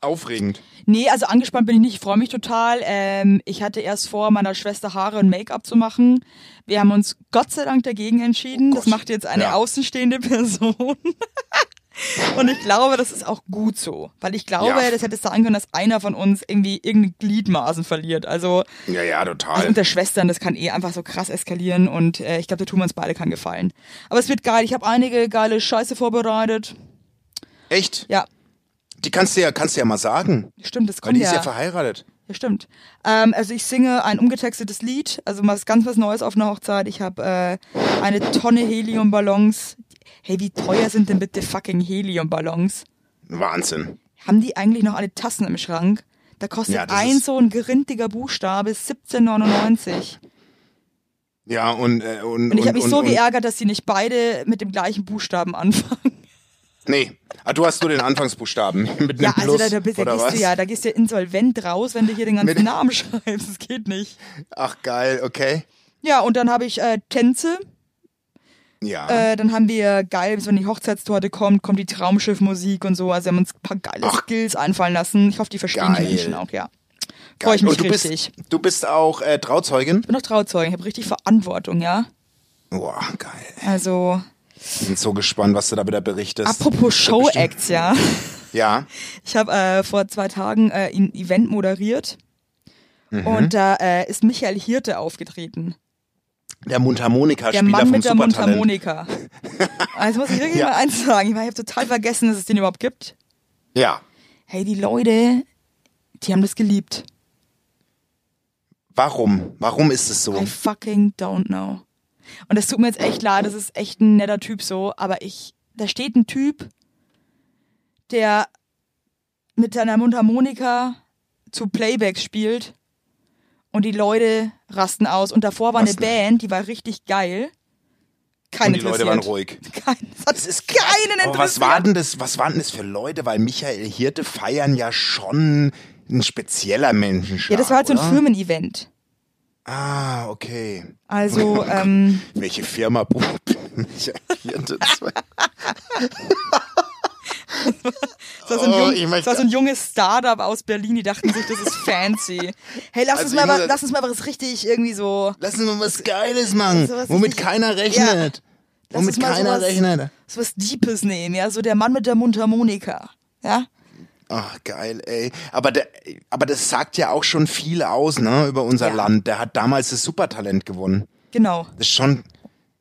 [SPEAKER 2] aufregend.
[SPEAKER 1] Nee, also angespannt bin ich nicht. Ich freue mich total. Ähm, ich hatte erst vor, meiner Schwester Haare und Make-up zu machen. Wir haben uns Gott sei Dank dagegen entschieden. das
[SPEAKER 2] Oh Gott.
[SPEAKER 1] macht jetzt eine
[SPEAKER 2] Ja.
[SPEAKER 1] außenstehende Person. und ich glaube, das ist auch gut so. Weil ich glaube,
[SPEAKER 2] Ja.
[SPEAKER 1] das hätte sein können, dass einer von uns irgendwie irgendeine Gliedmaßen verliert. Also,
[SPEAKER 2] Ja, ja,
[SPEAKER 1] also
[SPEAKER 2] total.
[SPEAKER 1] unter Schwestern, das kann eh einfach so krass eskalieren. Und äh, ich glaube, da tun wir uns beide keinen Gefallen. Aber es wird geil. Ich habe einige geile Scheiße vorbereitet.
[SPEAKER 2] Echt?
[SPEAKER 1] Ja,
[SPEAKER 2] Die kannst du ja, kannst du ja mal sagen.
[SPEAKER 1] stimmt, das
[SPEAKER 2] Weil
[SPEAKER 1] kommt
[SPEAKER 2] die
[SPEAKER 1] ja.
[SPEAKER 2] ist ja verheiratet.
[SPEAKER 1] Ja, Bestimmt. Ähm, also ich singe ein umgetextetes Lied, also mal was ganz was Neues auf einer Hochzeit. Ich habe äh, eine Tonne Heliumballons. Hey, wie teuer sind denn bitte fucking Heliumballons?
[SPEAKER 2] Wahnsinn.
[SPEAKER 1] Haben die eigentlich noch alle Tassen im Schrank? Da kostet
[SPEAKER 2] Ja, das
[SPEAKER 1] ein
[SPEAKER 2] ist-
[SPEAKER 1] so ein gerintiger Buchstabe 17,99.
[SPEAKER 2] Ja, und, äh, und,
[SPEAKER 1] Und ich habe mich
[SPEAKER 2] und,
[SPEAKER 1] so
[SPEAKER 2] und,
[SPEAKER 1] geärgert, dass sie nicht beide mit dem gleichen Buchstaben anfangen.
[SPEAKER 2] Nee, ah, du hast nur den Anfangsbuchstaben mit
[SPEAKER 1] Ja,
[SPEAKER 2] einem
[SPEAKER 1] also
[SPEAKER 2] Plus,
[SPEAKER 1] da, da, bist, da
[SPEAKER 2] oder
[SPEAKER 1] gehst
[SPEAKER 2] was?
[SPEAKER 1] du ja, da gehst du ja insolvent raus, wenn du hier den ganzen
[SPEAKER 2] Mit-
[SPEAKER 1] Namen schreibst. Das geht nicht.
[SPEAKER 2] Ach geil, okay.
[SPEAKER 1] Ja, und dann habe ich äh, Tänze.
[SPEAKER 2] Ja.
[SPEAKER 1] Äh, dann haben wir geil, bis wenn die Hochzeitstorte kommt, kommt die Traumschiffmusik und so. Also wir haben uns ein paar geile
[SPEAKER 2] Ach.
[SPEAKER 1] Skills einfallen lassen. Ich hoffe, die verstehen
[SPEAKER 2] Geil.
[SPEAKER 1] die Menschen auch, ja.
[SPEAKER 2] geil.
[SPEAKER 1] Freue ich mich
[SPEAKER 2] und du
[SPEAKER 1] richtig.
[SPEAKER 2] bist du bist auch äh, Trauzeugin?
[SPEAKER 1] Ich bin noch Trauzeugin, ich habe richtig Verantwortung, ja.
[SPEAKER 2] Boah, geil.
[SPEAKER 1] Also,
[SPEAKER 2] Ich bin so gespannt, was du da wieder berichtest. Äh,
[SPEAKER 1] apropos Show-Acts, ja.
[SPEAKER 2] Ja.
[SPEAKER 1] Ich habe äh, vor zwei Tagen äh, ein Event moderiert
[SPEAKER 2] Mhm.
[SPEAKER 1] und da äh, ist Michael Hirte aufgetreten.
[SPEAKER 2] Der Mundharmonika-Spieler
[SPEAKER 1] Der Mann
[SPEAKER 2] vom
[SPEAKER 1] mit der
[SPEAKER 2] Supertalent.
[SPEAKER 1] Mundharmonika. Also muss ich wirklich
[SPEAKER 2] Ja.
[SPEAKER 1] mal eins sagen. Ich, war- ich habe total vergessen, dass es den überhaupt gibt.
[SPEAKER 2] Ja.
[SPEAKER 1] Hey, die Leute, die haben das geliebt.
[SPEAKER 2] Warum? Warum ist es so?
[SPEAKER 1] I fucking don't know. Und das tut mir jetzt echt leid, das ist echt ein netter Typ so, aber ich, da steht ein Typ, der mit seiner Mundharmonika zu Playbacks spielt und die Leute rasten aus. Und davor war eine
[SPEAKER 2] Rasten.
[SPEAKER 1] Band, die war richtig geil. Kein
[SPEAKER 2] Und die Leute
[SPEAKER 1] interessiert.
[SPEAKER 2] waren ruhig.
[SPEAKER 1] Kein, das,
[SPEAKER 2] Das
[SPEAKER 1] ist
[SPEAKER 2] ist krass.
[SPEAKER 1] keinen interessiert.
[SPEAKER 2] Aber was war denn das? Was waren das für Leute? Weil Michael Hirte feiern ja schon ein spezieller Menschenschlag.
[SPEAKER 1] Ja, das war halt so ein
[SPEAKER 2] oder?
[SPEAKER 1] Firmen-Event.
[SPEAKER 2] Ah, okay. Oh
[SPEAKER 1] Also, ähm,
[SPEAKER 2] Welche Firma bucht Michael Hirte?
[SPEAKER 1] Das war so ein,
[SPEAKER 2] Oh,
[SPEAKER 1] jung,
[SPEAKER 2] ich möchte-
[SPEAKER 1] das war so ein junges Startup aus Berlin, die dachten sich, das ist fancy. Hey, lass,
[SPEAKER 2] Also
[SPEAKER 1] uns
[SPEAKER 2] ich
[SPEAKER 1] mal,
[SPEAKER 2] muss-
[SPEAKER 1] was- lass uns mal was richtig irgendwie so.
[SPEAKER 2] Lass uns mal was Geiles machen,
[SPEAKER 1] Sowas
[SPEAKER 2] womit
[SPEAKER 1] richtig-
[SPEAKER 2] keiner rechnet.
[SPEAKER 1] Lass
[SPEAKER 2] womit
[SPEAKER 1] uns mal
[SPEAKER 2] keiner
[SPEAKER 1] sowas,
[SPEAKER 2] rechnet.
[SPEAKER 1] Sowas Deepes nehmen, ja? So der Mann mit der Mundharmonika. Ja?
[SPEAKER 2] Ach, geil, ey. Aber, der, aber das sagt ja auch schon viel aus, ne, über unser
[SPEAKER 1] Ja.
[SPEAKER 2] Land. Der hat damals das Supertalent gewonnen.
[SPEAKER 1] Genau.
[SPEAKER 2] Das ist schon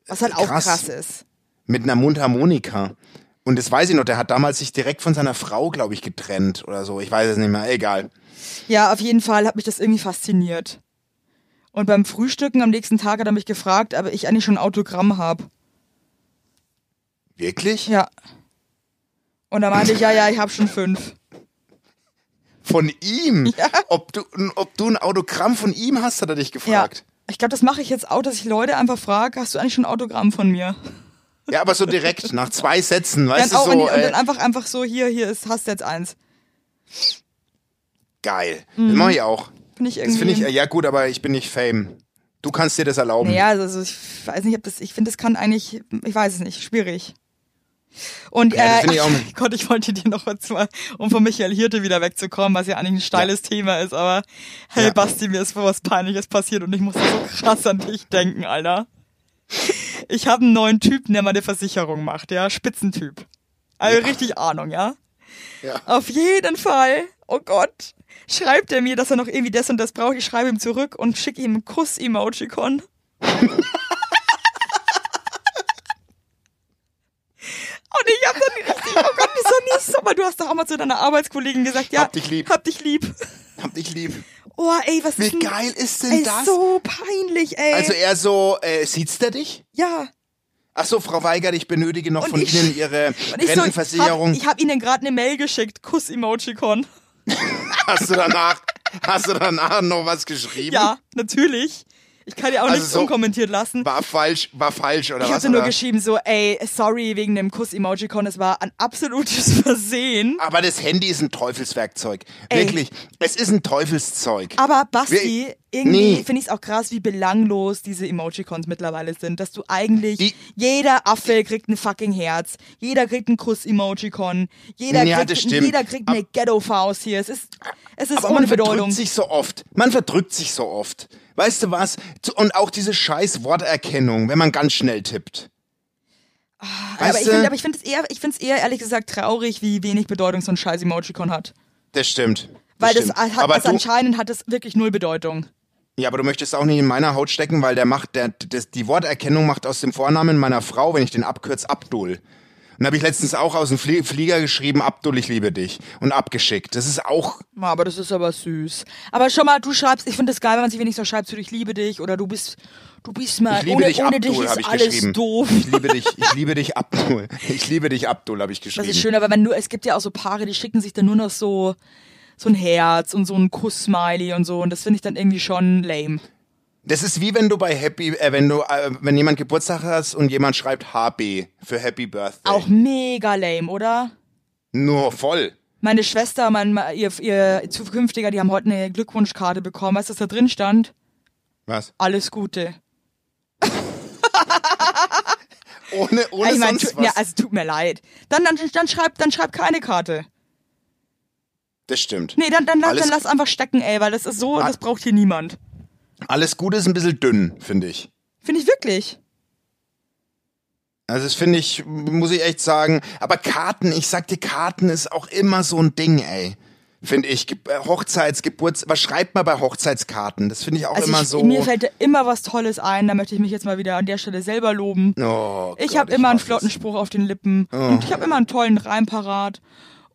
[SPEAKER 1] Was halt auch
[SPEAKER 2] Krass.
[SPEAKER 1] krass, ist.
[SPEAKER 2] mit einer Mundharmonika. Und das weiß ich noch, der hat damals sich direkt von seiner Frau, glaube ich, getrennt oder so. Ich weiß es nicht mehr. Egal.
[SPEAKER 1] Ja, auf jeden Fall hat mich das irgendwie fasziniert. Und beim Frühstücken am nächsten Tag hat er mich gefragt, ob ich eigentlich schon ein Autogramm habe.
[SPEAKER 2] Wirklich?
[SPEAKER 1] Ja. Und da meinte ich, ja, ja, ich habe schon fünf.
[SPEAKER 2] Von ihm? Ob, du, ob du ein Autogramm von ihm hast, hat er dich gefragt.
[SPEAKER 1] Ja. Ich glaube, das mache ich jetzt auch, dass ich Leute einfach frage, hast du eigentlich schon ein Autogramm von mir?
[SPEAKER 2] Ja, aber so direkt, nach zwei Sätzen, weißt
[SPEAKER 1] dann auch
[SPEAKER 2] du,
[SPEAKER 1] in die,
[SPEAKER 2] so,
[SPEAKER 1] und dann
[SPEAKER 2] äh,
[SPEAKER 1] einfach, einfach so, hier, hier ist, hast jetzt eins.
[SPEAKER 2] geil. Das mache ich auch.
[SPEAKER 1] Mhm. Finde ich irgendwie.
[SPEAKER 2] Das finde ich, äh, ja gut, aber ich bin nicht Fame. Du kannst dir das erlauben.
[SPEAKER 1] Naja, also ich weiß nicht, ob das, ich finde, das kann eigentlich, ich weiß es nicht, schwierig. Und
[SPEAKER 2] Ja, das
[SPEAKER 1] äh,
[SPEAKER 2] finde ich auch nicht.
[SPEAKER 1] Gott, ich wollte dir noch was mal, um von Michael Hirte wieder wegzukommen, was ja eigentlich ein steiles Thema ist, aber hey
[SPEAKER 2] Ja.
[SPEAKER 1] Basti, mir ist was Peinliches passiert und ich muss so krass an dich denken, Alter. Ich habe einen neuen Typen, der meine Versicherung macht, ja, Spitzentyp. Also richtig Ahnung, ja?
[SPEAKER 2] Ja.
[SPEAKER 1] Auf jeden Fall, oh Gott, schreibt er mir, dass er noch irgendwie das und das braucht. Ich schreibe ihm zurück und schicke ihm ein Kuss-Emojicon. Und ich hab dann richtig, oh Gott, wie so aber du hast doch auch mal zu deiner Arbeitskollegin gesagt, ja,
[SPEAKER 2] Hab dich lieb.
[SPEAKER 1] Hab dich lieb.
[SPEAKER 2] Hab dich lieb.
[SPEAKER 1] Oh, ey, was
[SPEAKER 2] Wie
[SPEAKER 1] ist denn,
[SPEAKER 2] geil ist denn
[SPEAKER 1] ey,
[SPEAKER 2] das?
[SPEAKER 1] so peinlich, ey.
[SPEAKER 2] also er so, äh, sieht's der dich?
[SPEAKER 1] ja.
[SPEAKER 2] Ach so, Frau Weigert, ich benötige noch
[SPEAKER 1] Und
[SPEAKER 2] von
[SPEAKER 1] ich-
[SPEAKER 2] Ihnen Ihre
[SPEAKER 1] Und ich so, ich hab,
[SPEAKER 2] Rentenversicherung.
[SPEAKER 1] ich hab ihnen gerade eine Mail geschickt, Kuss-Emojicon.
[SPEAKER 2] hast du danach, hast du danach noch was geschrieben?
[SPEAKER 1] Ja, natürlich. Ich kann ja auch
[SPEAKER 2] Also
[SPEAKER 1] nichts
[SPEAKER 2] so-
[SPEAKER 1] unkommentiert lassen.
[SPEAKER 2] War falsch, war falsch oder
[SPEAKER 1] Ich
[SPEAKER 2] was?
[SPEAKER 1] hatte nur
[SPEAKER 2] oder?
[SPEAKER 1] geschrieben so, ey, sorry wegen dem Kuss-Emojicon, es war ein absolutes Versehen.
[SPEAKER 2] Aber das Handy ist ein Teufelswerkzeug.
[SPEAKER 1] Ey.
[SPEAKER 2] Wirklich, es ist ein Teufelszeug.
[SPEAKER 1] Aber Basti,
[SPEAKER 2] Wir-
[SPEAKER 1] irgendwie
[SPEAKER 2] Nee.
[SPEAKER 1] finde ich es auch krass, wie belanglos diese Emojicons mittlerweile sind. Dass du eigentlich,
[SPEAKER 2] Die-
[SPEAKER 1] jeder Affe kriegt ein fucking Herz, jeder kriegt ein Kuss-Emojicon, jeder,
[SPEAKER 2] Ja, das
[SPEAKER 1] kriegt,
[SPEAKER 2] stimmt.
[SPEAKER 1] jeder kriegt eine Ghetto-Faust hier. Es ist, es ist
[SPEAKER 2] Aber
[SPEAKER 1] ohne
[SPEAKER 2] man
[SPEAKER 1] Bedeutung.
[SPEAKER 2] verdrückt sich so oft. Man verdrückt sich so oft. Weißt du was? Zu- Und auch diese scheiß Worterkennung, wenn man ganz schnell tippt.
[SPEAKER 1] Ah, aber ich
[SPEAKER 2] du?
[SPEAKER 1] finde aber ich finde es eher, ich finde es eher ehrlich gesagt traurig, wie wenig Bedeutung so ein scheiß Emojicon hat.
[SPEAKER 2] Das stimmt.
[SPEAKER 1] Weil das,
[SPEAKER 2] stimmt.
[SPEAKER 1] hat,
[SPEAKER 2] aber
[SPEAKER 1] das
[SPEAKER 2] du,
[SPEAKER 1] anscheinend hat das wirklich null Bedeutung.
[SPEAKER 2] Ja, aber du möchtest auch nicht in meiner Haut stecken, weil der macht, der, das, die Worterkennung macht aus dem Vornamen meiner Frau, wenn ich den abkürze, Abdul. Und habe ich letztens auch aus dem Flie Flieger geschrieben, Abdul, ich liebe dich. Und abgeschickt. Das ist auch,
[SPEAKER 1] Ja, aber das ist aber süß. Aber schon mal, du schreibst, ich finde es geil, wenn man sich wenigstens schreibt, so, ich liebe dich oder du bist, du bist mal,
[SPEAKER 2] ich liebe
[SPEAKER 1] ohne,
[SPEAKER 2] dich,
[SPEAKER 1] ohne dich
[SPEAKER 2] Abdul,
[SPEAKER 1] ist
[SPEAKER 2] habe ich
[SPEAKER 1] alles
[SPEAKER 2] geschrieben.
[SPEAKER 1] doof.
[SPEAKER 2] Ich liebe dich, ich liebe dich, Abdul. Ich liebe dich, Abdul, habe ich geschrieben.
[SPEAKER 1] Das ist schön, aber wenn nur, es gibt ja auch so Paare, die schicken sich dann nur noch so, so ein Herz und so ein Kuss-Smiley und so und das finde ich dann irgendwie schon lame.
[SPEAKER 2] Das ist wie wenn du bei Happy, äh, wenn du, äh, wenn jemand Geburtstag hast und jemand schreibt HB für Happy Birthday.
[SPEAKER 1] Auch mega lame, oder?
[SPEAKER 2] Nur voll.
[SPEAKER 1] Meine Schwester, mein, ihr, ihr Zukünftiger, die haben heute eine Glückwunschkarte bekommen. Weißt du, was da drin stand?
[SPEAKER 2] Was?
[SPEAKER 1] Alles Gute.
[SPEAKER 2] Ohne, ohne
[SPEAKER 1] Ich meine,
[SPEAKER 2] sonst
[SPEAKER 1] tu-
[SPEAKER 2] was.
[SPEAKER 1] ja, also tut mir leid. Dann, dann, dann schreib, dann schreib keine Karte.
[SPEAKER 2] das stimmt.
[SPEAKER 1] Nee, dann, dann, lass-
[SPEAKER 2] Alles- Ah.
[SPEAKER 1] dann lass einfach stecken, ey, weil das ist so, das braucht hier niemand.
[SPEAKER 2] Alles Gute ist ein bisschen dünn, finde ich.
[SPEAKER 1] Finde ich wirklich.
[SPEAKER 2] Also das finde ich, muss ich echt sagen. Aber Karten, ich sag dir, Karten ist auch immer so ein Ding, ey. Finde ich. Ge- äh, Hochzeits, Geburts, was schreibt man bei Hochzeitskarten? Das finde ich auch
[SPEAKER 1] Also
[SPEAKER 2] immer
[SPEAKER 1] ich,
[SPEAKER 2] so.
[SPEAKER 1] mir fällt da immer was Tolles ein, da möchte ich mich jetzt mal wieder an der Stelle selber loben.
[SPEAKER 2] oh,
[SPEAKER 1] Ich
[SPEAKER 2] Gott,
[SPEAKER 1] habe immer
[SPEAKER 2] mag
[SPEAKER 1] einen
[SPEAKER 2] das.
[SPEAKER 1] flotten Spruch auf den Lippen und ich habe immer einen tollen Reim parat.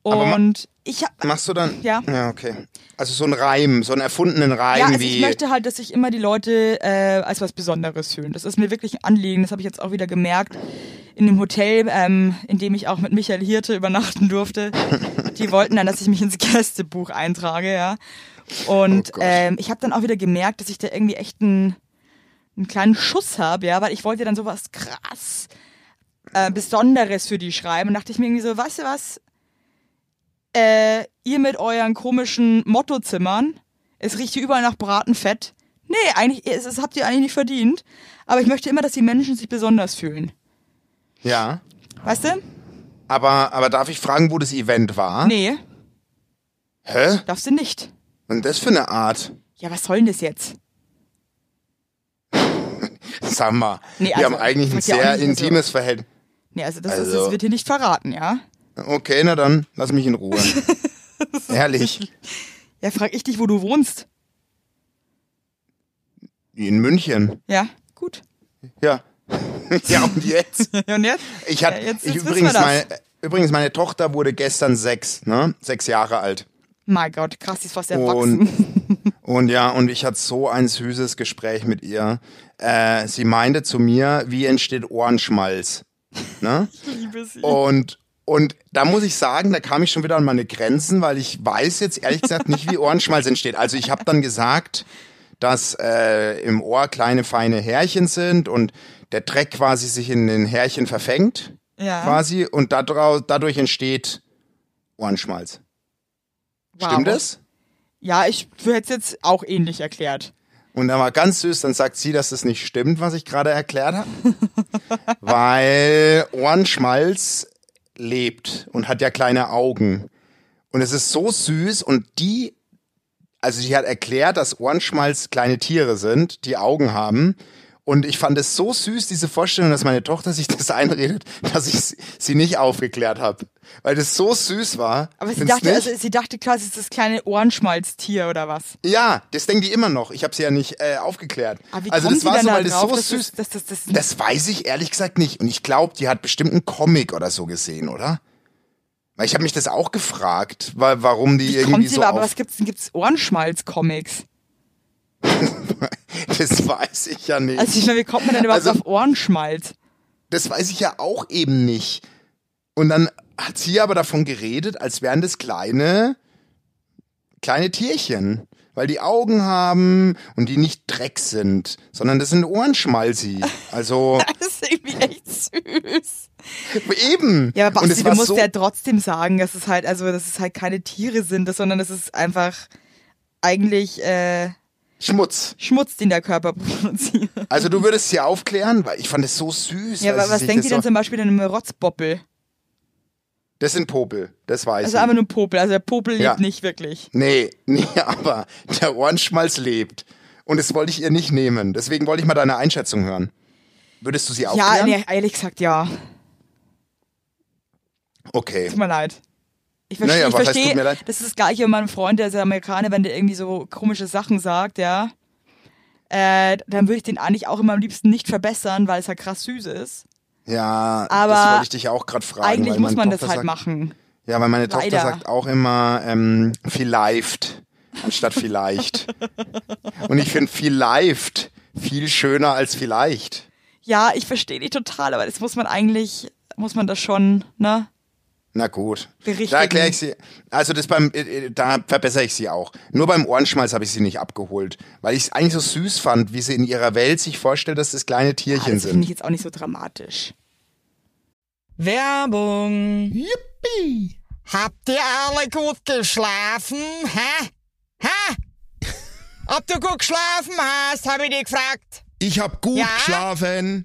[SPEAKER 2] Oh. ma-
[SPEAKER 1] Und ich habe
[SPEAKER 2] Machst du dann?
[SPEAKER 1] Ja.
[SPEAKER 2] Ja, okay. Also so einen Reim, so einen erfundenen Reim
[SPEAKER 1] Ja, also
[SPEAKER 2] wie.
[SPEAKER 1] ich möchte halt, dass sich immer die Leute äh, als was Besonderes fühlen. Das ist mir wirklich ein Anliegen. Das habe ich jetzt auch wieder gemerkt in dem Hotel, ähm, in dem ich auch mit Michael Hirte übernachten durfte. Die wollten dann, dass ich mich ins Gästebuch eintrage, ja. Und
[SPEAKER 2] Oh Gott.
[SPEAKER 1] ähm, ich habe dann auch wieder gemerkt, dass ich da irgendwie echt einen, einen kleinen Schuss habe, ja, weil ich wollte dann sowas krass äh, Besonderes für die schreiben. Und dachte ich mir irgendwie so, weißt du was? Äh, ihr mit euren komischen Mottozimmern, es riecht hier überall nach Bratenfett. Nee, eigentlich, es, es habt ihr eigentlich nicht verdient. Aber ich möchte immer, dass die Menschen sich besonders fühlen.
[SPEAKER 2] ja.
[SPEAKER 1] Weißt du?
[SPEAKER 2] Aber, aber darf ich fragen, wo das Event war?
[SPEAKER 1] Nee,
[SPEAKER 2] Hä?
[SPEAKER 1] darfst du nicht.
[SPEAKER 2] Und das für eine Art?
[SPEAKER 1] Ja, was soll denn das jetzt?
[SPEAKER 2] Sag mal.
[SPEAKER 1] Nee,
[SPEAKER 2] wir
[SPEAKER 1] also,
[SPEAKER 2] haben eigentlich ein
[SPEAKER 1] wird ja auch
[SPEAKER 2] sehr
[SPEAKER 1] nicht- also-
[SPEAKER 2] intimes Verhältnis.
[SPEAKER 1] Nee, also das, ist,
[SPEAKER 2] Also-
[SPEAKER 1] das wird hier nicht verraten, ja?
[SPEAKER 2] Okay, na dann, lass mich in Ruhe. Ehrlich.
[SPEAKER 1] Ja, frag ich dich, wo du wohnst.
[SPEAKER 2] In München.
[SPEAKER 1] Ja, gut.
[SPEAKER 2] Ja. ja, und jetzt?
[SPEAKER 1] Und jetzt?
[SPEAKER 2] Ich hatte
[SPEAKER 1] Ja, jetzt-
[SPEAKER 2] ich
[SPEAKER 1] jetzt wissen
[SPEAKER 2] übrigens,
[SPEAKER 1] wir das.
[SPEAKER 2] meine, übrigens, meine Tochter wurde gestern sechs, ne? Sechs Jahre alt.
[SPEAKER 1] Mein Gott, krass, die ist fast erwachsen.
[SPEAKER 2] Und ja, und ich hatte so ein süßes Gespräch mit ihr. Äh, sie meinte zu mir, wie entsteht Ohrenschmalz? Ne?
[SPEAKER 1] Ich liebe sie.
[SPEAKER 2] Und, und da muss ich sagen, da kam ich schon wieder an meine Grenzen, weil ich weiß jetzt ehrlich gesagt nicht, wie Ohrenschmalz entsteht. Also ich habe dann gesagt, dass äh, im Ohr kleine feine Härchen sind und der Dreck quasi sich in den Härchen verfängt,
[SPEAKER 1] Ja.
[SPEAKER 2] quasi, und dadraus, dadurch entsteht Ohrenschmalz.
[SPEAKER 1] Wow.
[SPEAKER 2] Stimmt das?
[SPEAKER 1] Ja, ich hätte es jetzt auch ähnlich erklärt.
[SPEAKER 2] Und dann war ganz süß, dann sagt sie, dass das nicht stimmt, was ich gerade erklärt habe. Weil Ohrenschmalz lebt und hat ja kleine Augen. Und es ist so süß und die, also sie hat erklärt, dass Ohrenschmalz kleine Tiere sind, die Augen haben. Und ich fand es so süß, diese Vorstellung, dass meine Tochter sich das einredet, dass ich sie- sie nicht aufgeklärt habe. Weil das so süß war.
[SPEAKER 1] Aber sie
[SPEAKER 2] Findest
[SPEAKER 1] dachte,
[SPEAKER 2] nicht?
[SPEAKER 1] also, sie dachte klar, es ist das kleine Ohrenschmalztier oder was.
[SPEAKER 2] Ja, das denken die immer noch. Ich habe sie ja nicht äh, aufgeklärt.
[SPEAKER 1] Aber Ah, wie
[SPEAKER 2] also
[SPEAKER 1] kommen
[SPEAKER 2] das
[SPEAKER 1] die
[SPEAKER 2] war
[SPEAKER 1] denn
[SPEAKER 2] so,
[SPEAKER 1] da
[SPEAKER 2] weil das
[SPEAKER 1] drauf,
[SPEAKER 2] so
[SPEAKER 1] dass das-
[SPEAKER 2] süß.
[SPEAKER 1] dass das- das-
[SPEAKER 2] das weiß ich ehrlich gesagt nicht. Und ich glaube, die hat bestimmt einen Comic oder so gesehen, oder? Weil ich habe mich das auch gefragt, wa- warum die irgendwie
[SPEAKER 1] Kommt sie
[SPEAKER 2] so
[SPEAKER 1] aber, aber
[SPEAKER 2] auf.
[SPEAKER 1] was gibt's denn? Gibt's Ohrenschmalz-Comics?
[SPEAKER 2] Das weiß ich ja nicht.
[SPEAKER 1] Also ich meine, wie kommt man denn überhaupt
[SPEAKER 2] Also-
[SPEAKER 1] auf Ohrenschmalz?
[SPEAKER 2] das weiß ich ja auch eben nicht. Und dann hat sie aber davon geredet, als wären das kleine, kleine Tierchen. Weil die Augen haben und die nicht Dreck sind, sondern das sind Ohrenschmalzi. Also
[SPEAKER 1] Das ist irgendwie echt süß.
[SPEAKER 2] eben.
[SPEAKER 1] Ja, aber
[SPEAKER 2] und
[SPEAKER 1] Basti,
[SPEAKER 2] es
[SPEAKER 1] du
[SPEAKER 2] war
[SPEAKER 1] musst
[SPEAKER 2] so,
[SPEAKER 1] ja trotzdem sagen, dass es halt, also dass es halt keine Tiere sind, sondern dass es einfach eigentlich äh,
[SPEAKER 2] Schmutz.
[SPEAKER 1] Schmutz, den der Körper produziert.
[SPEAKER 2] Also du würdest sie aufklären, weil ich fand es so süß.
[SPEAKER 1] Ja,
[SPEAKER 2] weil
[SPEAKER 1] aber
[SPEAKER 2] sie
[SPEAKER 1] was
[SPEAKER 2] sich
[SPEAKER 1] denkt
[SPEAKER 2] Also das
[SPEAKER 1] ihr denn
[SPEAKER 2] so-
[SPEAKER 1] zum Beispiel an einem Rotzboppel?
[SPEAKER 2] Das sind Popel, das weiß
[SPEAKER 1] Also
[SPEAKER 2] ich.
[SPEAKER 1] einfach nur ein Popel. Also der Popel lebt
[SPEAKER 2] Ja.
[SPEAKER 1] nicht wirklich.
[SPEAKER 2] Nee, nee, aber der Ohrenschmalz lebt. Und das wollte ich ihr nicht nehmen. Deswegen wollte ich mal deine Einschätzung hören. Würdest du sie aufklären?
[SPEAKER 1] Ja, nee, ehrlich gesagt, ja.
[SPEAKER 2] Okay.
[SPEAKER 1] Tut mir leid. Ich verstehe,
[SPEAKER 2] Naja,
[SPEAKER 1] ich
[SPEAKER 2] was heißt,
[SPEAKER 1] verstehe
[SPEAKER 2] tut mir leid?
[SPEAKER 1] das ist das gleiche wie mein Freund, der ist ja Amerikaner, wenn der irgendwie so komische Sachen sagt, ja, äh, dann würde ich den eigentlich auch immer am liebsten nicht verbessern, weil es ja krass süß ist.
[SPEAKER 2] Ja, das
[SPEAKER 1] Aber
[SPEAKER 2] wollte ich dich auch gerade fragen.
[SPEAKER 1] Eigentlich
[SPEAKER 2] weil
[SPEAKER 1] muss man
[SPEAKER 2] meine
[SPEAKER 1] das
[SPEAKER 2] Tochter
[SPEAKER 1] halt
[SPEAKER 2] sagt,
[SPEAKER 1] machen.
[SPEAKER 2] Ja, weil meine Tochter
[SPEAKER 1] Leider.
[SPEAKER 2] sagt auch immer ähm, vielleicht anstatt vielleicht. Und ich finde vielleicht viel schöner als vielleicht.
[SPEAKER 1] Ja, ich verstehe dich total, aber das muss man eigentlich, muss man das schon, ne?
[SPEAKER 2] Na gut.
[SPEAKER 1] Berichtigen.
[SPEAKER 2] Da erkläre ich sie. Also das beim, äh, äh, da verbessere ich sie auch. Nur beim Ohrenschmalz habe ich sie nicht abgeholt, weil ich es eigentlich so süß fand, wie sie in ihrer Welt sich vorstellt, dass das kleine
[SPEAKER 1] Ah,
[SPEAKER 2] Tierchen
[SPEAKER 1] Das finde ich
[SPEAKER 2] sind.
[SPEAKER 1] jetzt auch nicht so dramatisch.
[SPEAKER 3] Werbung.
[SPEAKER 5] Yippie! Habt ihr alle gut geschlafen? Hä? Hä? Ob du gut geschlafen hast, habe ich dich gefragt.
[SPEAKER 4] Ich hab gut
[SPEAKER 5] Ja?
[SPEAKER 4] geschlafen.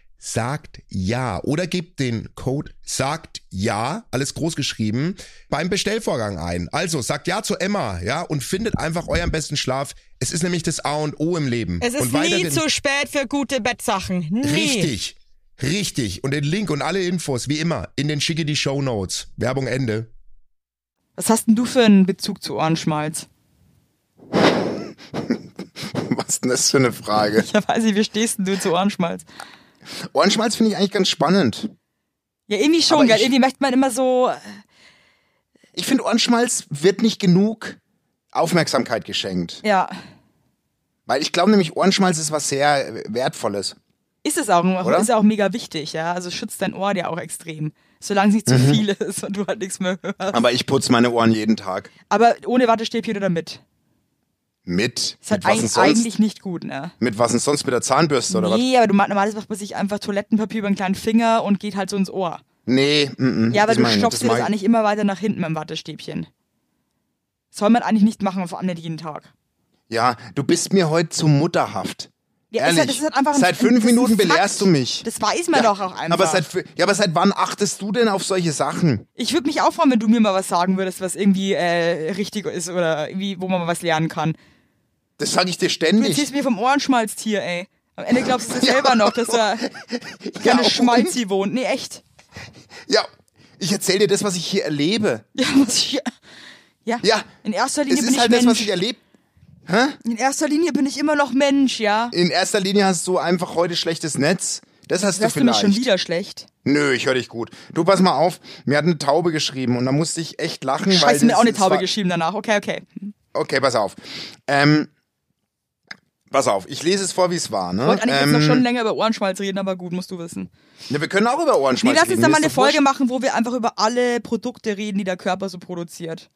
[SPEAKER 4] sagt ja oder gebt den Code sagt ja, alles groß geschrieben, beim Bestellvorgang ein. Also sagt ja zu Emma, ja, und findet einfach euren besten Schlaf. Es ist nämlich das A und O im Leben.
[SPEAKER 3] Es ist
[SPEAKER 4] und
[SPEAKER 3] nie
[SPEAKER 4] weiterhin-
[SPEAKER 3] zu spät für gute Bettsachen. Nie.
[SPEAKER 4] Richtig. Richtig. Und den Link und alle Infos, wie immer, in den schicke die Show Notes. Werbung Ende.
[SPEAKER 1] Was hast denn du für einen Bezug zu Ohrenschmalz?
[SPEAKER 2] Was ist denn das für eine Frage?
[SPEAKER 1] Ich weiß nicht, wie stehst denn du zu Ohrenschmalz?
[SPEAKER 2] Ohrenschmalz finde ich eigentlich ganz spannend.
[SPEAKER 1] Ja, irgendwie
[SPEAKER 2] Aber
[SPEAKER 1] schon, gell?
[SPEAKER 2] ich-
[SPEAKER 1] Irgendwie möchte man immer so.
[SPEAKER 2] Ich finde, Ohrenschmalz wird nicht genug Aufmerksamkeit geschenkt.
[SPEAKER 1] Ja.
[SPEAKER 2] Weil ich glaube nämlich, Ohrenschmalz ist was sehr äh, Wertvolles.
[SPEAKER 1] Ist es auch,
[SPEAKER 2] Oder?
[SPEAKER 1] ist auch mega wichtig, ja. Also schützt dein Ohr ja auch extrem. Solange es nicht zu
[SPEAKER 2] Mhm.
[SPEAKER 1] viel ist und du halt nichts mehr hörst.
[SPEAKER 2] Aber ich putze meine Ohren jeden Tag.
[SPEAKER 1] Aber ohne Wattestäbchen oder mit.
[SPEAKER 2] Mit?
[SPEAKER 1] Ist halt
[SPEAKER 2] mit was denn
[SPEAKER 1] eigentlich,
[SPEAKER 2] sonst?
[SPEAKER 1] eigentlich nicht gut, ne?
[SPEAKER 2] mit was denn sonst? Mit der Zahnbürste oder was?
[SPEAKER 1] Nee, aber du ma- normalerweise macht man sich einfach Toilettenpapier über einen kleinen Finger und geht halt so ins Ohr.
[SPEAKER 2] Nee, mm, mm,
[SPEAKER 1] Ja, aber
[SPEAKER 2] das
[SPEAKER 1] du
[SPEAKER 2] meine ich nicht.
[SPEAKER 1] stopfst dir das
[SPEAKER 2] mag-
[SPEAKER 1] eigentlich immer weiter nach hinten mit dem Wattestäbchen. Soll man eigentlich nicht machen, vor allem nicht jeden Tag.
[SPEAKER 2] Ja, du bist mir heute zu mutterhaft.
[SPEAKER 1] Ja,
[SPEAKER 2] Ehrlich.
[SPEAKER 1] ist halt- das ist halt einfach ein-
[SPEAKER 2] seit fünf
[SPEAKER 1] das ist ein
[SPEAKER 2] Minuten
[SPEAKER 1] Fakt.
[SPEAKER 2] belehrst du mich.
[SPEAKER 1] Das weiß man doch auch einfach.
[SPEAKER 2] Aber seit, fü- ja, aber seit wann achtest du denn auf solche Sachen?
[SPEAKER 1] ich würde mich auch freuen, wenn du mir mal was sagen würdest, was irgendwie äh, richtig ist oder irgendwie, wo man mal was lernen kann.
[SPEAKER 2] Das sage ich dir
[SPEAKER 1] Du
[SPEAKER 2] ständig.
[SPEAKER 1] erzählst mir vom Ohrenschmalztier, ey. Am Ende glaubst du es ja selber noch, dass da keine
[SPEAKER 2] und-
[SPEAKER 1] Schmalzi wohnt. Nee, echt.
[SPEAKER 2] Ja, ich erzähle dir das, was ich hier erlebe.
[SPEAKER 1] Ja, was ich, ja.
[SPEAKER 2] Ja.
[SPEAKER 1] In erster
[SPEAKER 2] Es
[SPEAKER 1] Linie bin
[SPEAKER 2] ist halt
[SPEAKER 1] ich
[SPEAKER 2] das, was
[SPEAKER 1] Mensch.
[SPEAKER 2] ich erlebe.
[SPEAKER 1] In erster Linie bin ich immer noch Mensch, ja.
[SPEAKER 2] In erster Linie hast du einfach heute schlechtes Netz. Das hast du
[SPEAKER 1] Hörst du mich
[SPEAKER 2] vielleicht.
[SPEAKER 1] schon wieder schlecht?
[SPEAKER 2] Nö, ich höre dich gut. Du pass mal auf, mir hat eine Taube geschrieben und da musste ich echt lachen. weil
[SPEAKER 1] Scheiße, mir
[SPEAKER 2] das-
[SPEAKER 1] auch eine
[SPEAKER 2] das
[SPEAKER 1] Taube
[SPEAKER 2] war-
[SPEAKER 1] geschrieben danach. Okay, okay.
[SPEAKER 2] Okay, pass auf. Ähm, pass auf, ich lese es vor, wie es war. Ne?
[SPEAKER 1] Ich wollte eigentlich jetzt noch
[SPEAKER 2] Ähm,
[SPEAKER 1] schon länger über Ohrenschmalz reden, aber gut, musst du wissen.
[SPEAKER 2] ne, wir können auch über
[SPEAKER 1] Nee,
[SPEAKER 2] Ohrenschmalz
[SPEAKER 1] lass
[SPEAKER 2] reden.
[SPEAKER 1] uns dann
[SPEAKER 2] Mir
[SPEAKER 1] mal
[SPEAKER 2] ist
[SPEAKER 1] eine
[SPEAKER 2] doch
[SPEAKER 1] Folge
[SPEAKER 2] wurscht.
[SPEAKER 1] machen, wo wir einfach über alle Produkte reden, die der Körper so produziert.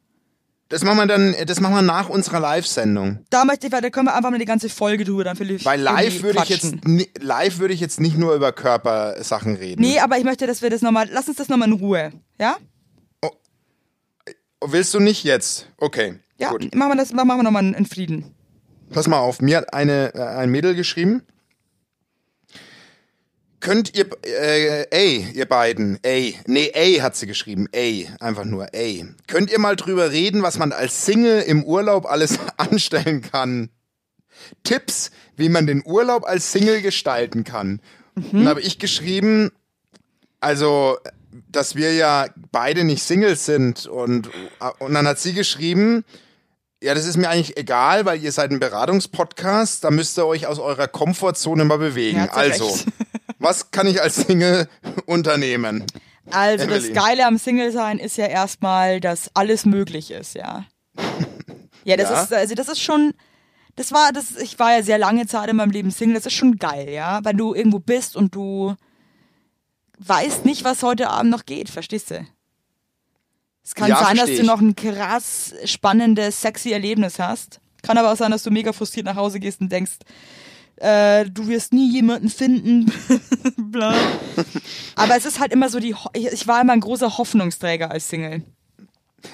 [SPEAKER 2] Das machen wir dann, das machen wir nach unserer Live-Sendung.
[SPEAKER 1] Da möchte ich, weil da können wir einfach mal eine ganze Folge drüber dann vielleicht.
[SPEAKER 2] Bei live
[SPEAKER 1] irgendwie
[SPEAKER 2] würde ich
[SPEAKER 1] quatschen.
[SPEAKER 2] jetzt ni- live würde ich jetzt nicht nur über Körpersachen reden.
[SPEAKER 1] Nee, aber ich möchte, dass wir das nochmal. Lass uns das nochmal in Ruhe. Ja?
[SPEAKER 2] Willst du nicht jetzt? Okay.
[SPEAKER 1] Ja,
[SPEAKER 2] Gut.
[SPEAKER 1] machen wir das machen wir nochmal in Frieden.
[SPEAKER 2] Pass mal auf, mir hat eine, äh, ein Mädel geschrieben. Könnt ihr, äh, ey, ihr beiden, ey, nee, ey hat sie geschrieben, ey, einfach nur, ey. Könnt ihr mal drüber reden, was man als Single im Urlaub alles anstellen kann? Tipps, wie man den Urlaub als Single gestalten kann.
[SPEAKER 1] Mhm.
[SPEAKER 2] Dann habe ich geschrieben, also, dass wir ja beide nicht Singles sind und, äh, und dann hat sie geschrieben, ja, das ist mir eigentlich egal, weil ihr seid ein Beratungspodcast, da müsst ihr euch aus eurer Komfortzone mal bewegen.
[SPEAKER 1] Ja, hat sie
[SPEAKER 2] also,
[SPEAKER 1] recht.
[SPEAKER 2] Was kann ich als Single unternehmen?
[SPEAKER 1] Also das
[SPEAKER 2] Emily.
[SPEAKER 1] Geile am Single-Sein ist ja erstmal, dass alles möglich ist, ja. Ja, das
[SPEAKER 2] Ja.
[SPEAKER 1] ist, also das ist schon, das war, das, ich war ja sehr lange Zeit in meinem Leben Single, das ist schon geil, ja. Wenn du irgendwo bist und du weißt nicht, was heute Abend noch geht, verstehst du? Es kann
[SPEAKER 2] Ja,
[SPEAKER 1] sein, dass
[SPEAKER 2] versteh
[SPEAKER 1] du
[SPEAKER 2] ich.
[SPEAKER 1] noch ein krass spannendes, sexy Erlebnis hast. Kann aber auch sein, dass du mega frustriert nach Hause gehst und denkst, äh, du wirst nie jemanden finden. Bla. Aber es ist halt immer so die. Ho ich, ich war immer ein großer Hoffnungsträger als Single.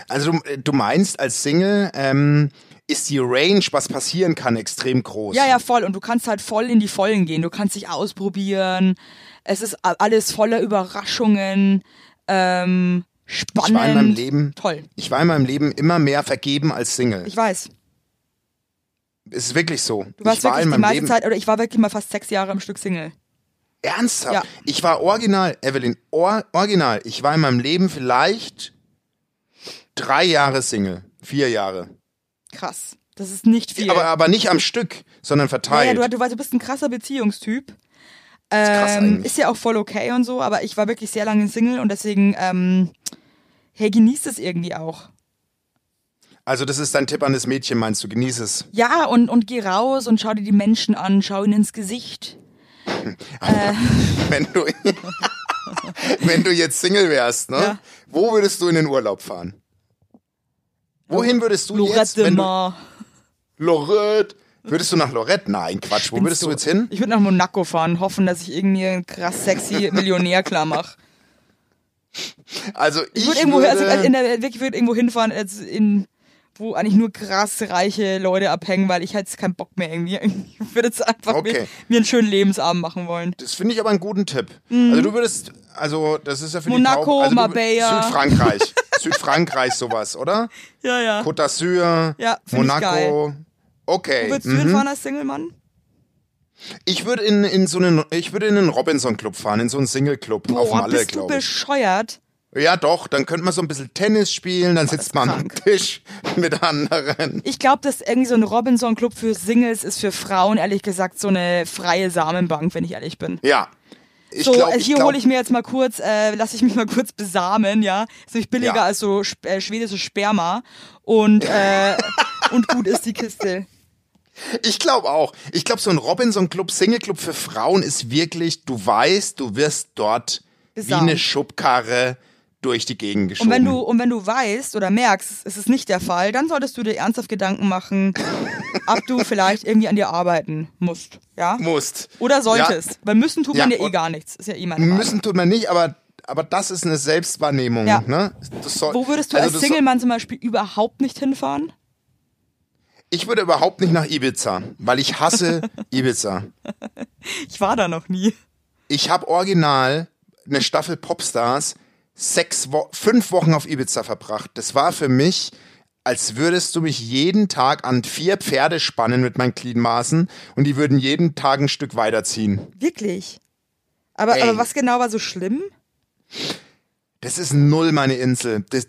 [SPEAKER 2] Also du, du meinst, als Single ähm, ist die Range, was passieren kann, extrem groß.
[SPEAKER 1] Ja, ja, voll. Und du kannst halt voll in die Vollen gehen. Du kannst dich ausprobieren. Es ist a- alles voller Überraschungen. Ähm, spannend.
[SPEAKER 2] Ich war in meinem Leben,
[SPEAKER 1] Toll.
[SPEAKER 2] ich war in meinem Leben immer mehr vergeben als Single.
[SPEAKER 1] Ich weiß.
[SPEAKER 2] Es ist wirklich so.
[SPEAKER 1] Du warst
[SPEAKER 2] ich war
[SPEAKER 1] wirklich
[SPEAKER 2] in
[SPEAKER 1] die
[SPEAKER 2] meinem
[SPEAKER 1] meiste
[SPEAKER 2] Leben
[SPEAKER 1] Zeit, oder ich war wirklich mal fast sechs Jahre am Stück Single.
[SPEAKER 2] ernsthaft.
[SPEAKER 1] Ja.
[SPEAKER 2] Ich war original, Evelyn, or, original. Ich war in meinem Leben vielleicht drei Jahre Single, vier Jahre,
[SPEAKER 1] Krass. Das ist nicht viel.
[SPEAKER 2] aber aber nicht am Stück, sondern
[SPEAKER 1] Naja,
[SPEAKER 2] verteilt.
[SPEAKER 1] du, du, weißt, du bist ein krasser Beziehungstyp.
[SPEAKER 2] krass
[SPEAKER 1] Ähm,
[SPEAKER 2] eigentlich.
[SPEAKER 1] ist ja auch voll okay und so, aber ich war wirklich sehr lange Single und deswegen, ähm, hey, genießt es irgendwie auch.
[SPEAKER 2] also das ist dein Tipp an das Mädchen, meinst du? Genieß es.
[SPEAKER 1] Ja, und, und geh raus und schau dir die Menschen an, schau ihnen ins Gesicht.
[SPEAKER 2] Wenn du, wenn du jetzt Single wärst, ne?
[SPEAKER 1] Ja.
[SPEAKER 2] Wo würdest du in den Urlaub fahren? Wohin würdest du jetzt?
[SPEAKER 1] Lorette
[SPEAKER 2] Wenn du,
[SPEAKER 1] Mar.
[SPEAKER 2] Lorette. Würdest du nach Lorette? Nein, Quatsch. Wo würdest du jetzt hin?
[SPEAKER 1] Ich würde nach Monaco fahren, hoffen, dass ich irgendwie einen krass sexy Millionär klar mache.
[SPEAKER 2] Also ich,
[SPEAKER 1] Ich würde irgendwo, also in der, wirklich würd irgendwo hinfahren, also in, wo eigentlich nur krass reiche Leute abhängen, weil ich halt jetzt keinen Bock mehr irgendwie. Ich würde jetzt einfach mir,
[SPEAKER 2] Okay.
[SPEAKER 1] mir einen schönen Lebensabend machen wollen.
[SPEAKER 2] Das finde ich aber einen guten Tipp. Also du würdest, also das ist ja für
[SPEAKER 1] Mhm. Monaco,
[SPEAKER 2] die Taub, also du-
[SPEAKER 1] Marbella.
[SPEAKER 2] Südfrankreich, Südfrankreich sowas, oder?
[SPEAKER 1] Ja, ja.
[SPEAKER 2] Côte d'Azur,
[SPEAKER 1] Ja, find ich
[SPEAKER 2] Monaco. Okay. Hm.
[SPEAKER 1] Würdest du hinfahren als Single-Mann?
[SPEAKER 2] Ich würde in, in so einen, ich würde in einen Robinson Club fahren, in so einen Single Club auf
[SPEAKER 1] Boah,
[SPEAKER 2] Malle,
[SPEAKER 1] bist du
[SPEAKER 2] glaube ich.
[SPEAKER 1] bescheuert?
[SPEAKER 2] Ja, doch, dann könnte man so ein bisschen Tennis spielen, dann sitzt man am
[SPEAKER 1] krank.
[SPEAKER 2] Tisch mit anderen.
[SPEAKER 1] Ich glaube, dass irgendwie so ein Robinson-Club für Singles ist für Frauen, ehrlich gesagt, so eine freie Samenbank, wenn ich ehrlich bin.
[SPEAKER 2] Ja. Ich
[SPEAKER 1] So,
[SPEAKER 2] glaub,
[SPEAKER 1] äh, hier
[SPEAKER 2] glaub-
[SPEAKER 1] hole ich mir jetzt mal kurz, äh, lasse ich mich mal kurz besamen, ja. Ist nämlich billiger
[SPEAKER 2] Ja.
[SPEAKER 1] als so sp- äh, schwedisches Sperma. Und, äh, und gut ist die Kiste.
[SPEAKER 2] Ich glaube auch. Ich glaube, so ein Robinson-Club, Single-Club für Frauen ist wirklich, du weißt, du wirst dort
[SPEAKER 1] Besamt.
[SPEAKER 2] wie eine Schubkarre durch die Gegend geschoben.
[SPEAKER 1] Und wenn du, und wenn du weißt oder merkst, es ist nicht der Fall, dann solltest du dir ernsthaft Gedanken machen, ob du vielleicht irgendwie an dir arbeiten musst, ja?
[SPEAKER 2] musst.
[SPEAKER 1] Oder solltest. Weil müssen tut
[SPEAKER 2] Ja,
[SPEAKER 1] man ja eh
[SPEAKER 2] und-
[SPEAKER 1] gar nichts. Ist ja eh meine
[SPEAKER 2] Ja,
[SPEAKER 1] Meinung.
[SPEAKER 2] müssen tut man nicht, aber, aber das ist eine Selbstwahrnehmung.
[SPEAKER 1] Ja.
[SPEAKER 2] Ne? Das soll,
[SPEAKER 1] Wo würdest du
[SPEAKER 2] also
[SPEAKER 1] als
[SPEAKER 2] das Soll,
[SPEAKER 1] Single-Mann zum Beispiel überhaupt nicht hinfahren?
[SPEAKER 2] ich würde überhaupt nicht nach Ibiza, weil ich hasse Ibiza.
[SPEAKER 1] Ich war da noch nie.
[SPEAKER 2] Ich habe original eine Staffel Popstars sechs Wo fünf Wochen auf Ibiza verbracht. Das war für mich, als würdest du mich jeden Tag an vier Pferde spannen mit meinen Gliedmaßen und die würden jeden Tag ein Stück weiterziehen.
[SPEAKER 1] Wirklich? Aber,
[SPEAKER 2] Ey.
[SPEAKER 1] aber was genau war so schlimm?
[SPEAKER 2] Das ist null meine Insel. Das,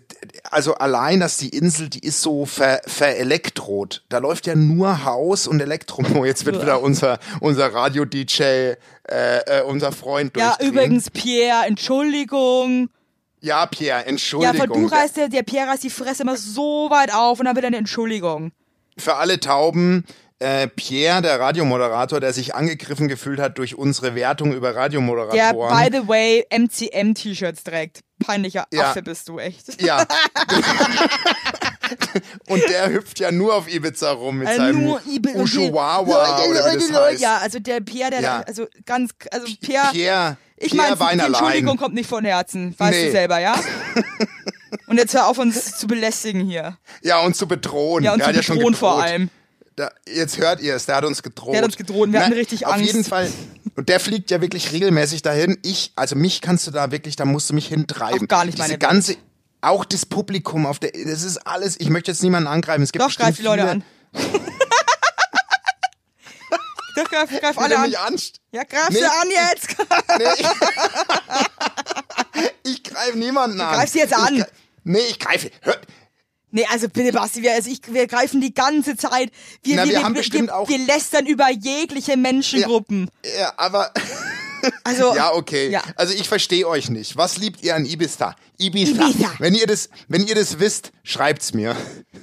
[SPEAKER 2] also allein, dass die Insel, die ist so ver, verelektrot. Da läuft ja nur Haus und Elektro. Oh, Jetzt wird wieder unser, unser Radio-DJ, äh, äh, unser Freund
[SPEAKER 1] Ja,
[SPEAKER 2] durchdrehen.
[SPEAKER 1] übrigens, Pierre, Entschuldigung.
[SPEAKER 2] Ja, Pierre,
[SPEAKER 1] Ja,
[SPEAKER 2] Entschuldigung.
[SPEAKER 1] von du reißt der, der Pierre reißt die Fresse immer so weit auf und dann wieder eine Entschuldigung.
[SPEAKER 2] für alle Tauben, äh, Pierre, der Radiomoderator, der sich angegriffen gefühlt hat durch unsere Wertung über
[SPEAKER 1] Der, by
[SPEAKER 2] Radiomoderatoren.
[SPEAKER 1] the way, MCM-T-Shirts trägt. Peinlicher
[SPEAKER 2] Ja.
[SPEAKER 1] Affe bist du echt.
[SPEAKER 2] ja. Und der hüpft ja nur auf Ibiza rum mit
[SPEAKER 1] Also
[SPEAKER 2] seinem
[SPEAKER 1] nur Ibel und die-
[SPEAKER 2] Ushuawa oder wie das heißt.
[SPEAKER 1] Ja, also der Pierre, der,
[SPEAKER 2] Ja.
[SPEAKER 1] also ganz, also Pierre,
[SPEAKER 2] Pierre,
[SPEAKER 1] ich meine,
[SPEAKER 2] Pierre
[SPEAKER 1] die Entschuldigung
[SPEAKER 2] Weinerlein.
[SPEAKER 1] kommt nicht von Herzen, weißt du
[SPEAKER 2] Nee.
[SPEAKER 1] selber, ja? und jetzt hör auf, uns zu belästigen hier.
[SPEAKER 2] Ja, und zu bedrohen.
[SPEAKER 1] Ja, und
[SPEAKER 2] der
[SPEAKER 1] zu
[SPEAKER 2] hat ja schon
[SPEAKER 1] bedrohen vor
[SPEAKER 2] gedroht.
[SPEAKER 1] allem.
[SPEAKER 2] Da, jetzt hört ihr es, der hat uns gedroht.
[SPEAKER 1] Der hat uns gedroht, wir hatten richtig
[SPEAKER 2] auf
[SPEAKER 1] Angst.
[SPEAKER 2] Auf jeden Fall. Und der fliegt ja wirklich regelmäßig dahin. Ich, also mich kannst du da wirklich, da musst du mich hintreiben.
[SPEAKER 1] Auch gar nicht
[SPEAKER 2] Diese
[SPEAKER 1] meine Welt.
[SPEAKER 2] ganze, auch das Publikum auf der, das ist alles, ich möchte jetzt niemanden angreifen. Es gibt
[SPEAKER 1] Doch, greif
[SPEAKER 2] bestimmt
[SPEAKER 1] die Leute
[SPEAKER 2] viele,
[SPEAKER 1] an. Doch, greif, greif
[SPEAKER 2] Die
[SPEAKER 1] alle an.
[SPEAKER 2] mich anst
[SPEAKER 1] Ja, greif
[SPEAKER 2] Nee.
[SPEAKER 1] sie an jetzt.
[SPEAKER 2] nee, ich, ich greife niemanden an.
[SPEAKER 1] greifst sie jetzt an.
[SPEAKER 2] Ich, greif- nee, ich greife. Hört,
[SPEAKER 1] Nee, also bitte, Basti, wir, also ich, wir greifen die ganze Zeit. Wir,
[SPEAKER 2] Na,
[SPEAKER 1] wir,
[SPEAKER 2] wir haben bestimmt
[SPEAKER 1] wir,
[SPEAKER 2] auch-
[SPEAKER 1] wir lästern über jegliche Menschengruppen.
[SPEAKER 2] Ja, aber
[SPEAKER 1] Also,
[SPEAKER 2] Ja, okay.
[SPEAKER 1] Ja.
[SPEAKER 2] Also ich verstehe euch nicht. Was liebt ihr an Ibiza? Ibiza.
[SPEAKER 1] Ibiza.
[SPEAKER 2] Wenn ihr das, wenn ihr das wisst, schreibt's mir.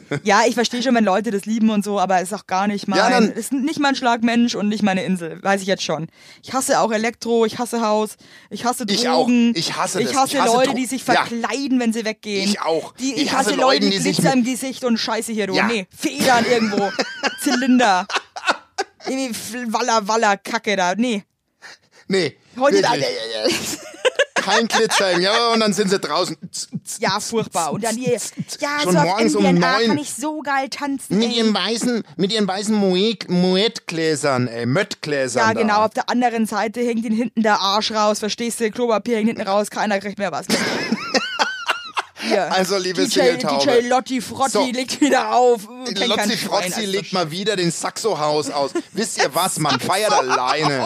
[SPEAKER 1] ja, ich verstehe schon, wenn Leute das lieben und so, aber ist auch gar nicht mein,
[SPEAKER 2] Ja, dann-
[SPEAKER 1] ist nicht mein Schlagmensch und nicht meine Insel. Weiß ich jetzt schon. Ich hasse auch Elektro, ich hasse Haus, ich hasse Drogen.
[SPEAKER 2] Ich auch. Ich hasse das.
[SPEAKER 1] Ich hasse,
[SPEAKER 2] Ich hasse
[SPEAKER 1] Leute,
[SPEAKER 2] Dro-
[SPEAKER 1] die sich
[SPEAKER 2] Ja.
[SPEAKER 1] verkleiden, wenn sie weggehen.
[SPEAKER 2] Ich auch.
[SPEAKER 1] Die, ich,
[SPEAKER 2] Ich
[SPEAKER 1] hasse,
[SPEAKER 2] hasse
[SPEAKER 1] Leute, die
[SPEAKER 2] Leuten, die sich
[SPEAKER 1] Glitzer im
[SPEAKER 2] mit-
[SPEAKER 1] Gesicht und Scheiße hier, du.
[SPEAKER 2] Ja.
[SPEAKER 1] Nee, Federn irgendwo. Zylinder. Irgendwie F- Walla Walla Kacke da. Nee.
[SPEAKER 2] Nee.
[SPEAKER 1] Heute
[SPEAKER 2] wirklich. Kein Glitzer im Ja, und dann sind sie draußen.
[SPEAKER 1] Ja, furchtbar. Und dann hier, ja,
[SPEAKER 2] Schon
[SPEAKER 1] so auf
[SPEAKER 2] morgens um
[SPEAKER 1] MDNA kann
[SPEAKER 2] neun.
[SPEAKER 1] ich so geil tanzen.
[SPEAKER 2] Mit
[SPEAKER 1] Ey.
[SPEAKER 2] ihren weißen, mit ihren weißen Moet- Moet-Gläsern, ey, Mött-Gläsern.
[SPEAKER 1] Ja,
[SPEAKER 2] da.
[SPEAKER 1] genau. Auf der anderen Seite hängt ihn hinten der Arsch raus. Verstehst du? Klopapier hängt hinten raus. Keiner kriegt mehr was. Hier.
[SPEAKER 2] Also, liebe
[SPEAKER 1] DJ,
[SPEAKER 2] Singeltaube.
[SPEAKER 1] DJ Lotti Frotti
[SPEAKER 2] So.
[SPEAKER 1] legt wieder auf. Kennt kein
[SPEAKER 2] Lotzi
[SPEAKER 1] Schwein,
[SPEAKER 2] Frotzi
[SPEAKER 1] also
[SPEAKER 2] legt mal wieder den Saxohaus aus. Wisst ihr was? Man feiert alleine.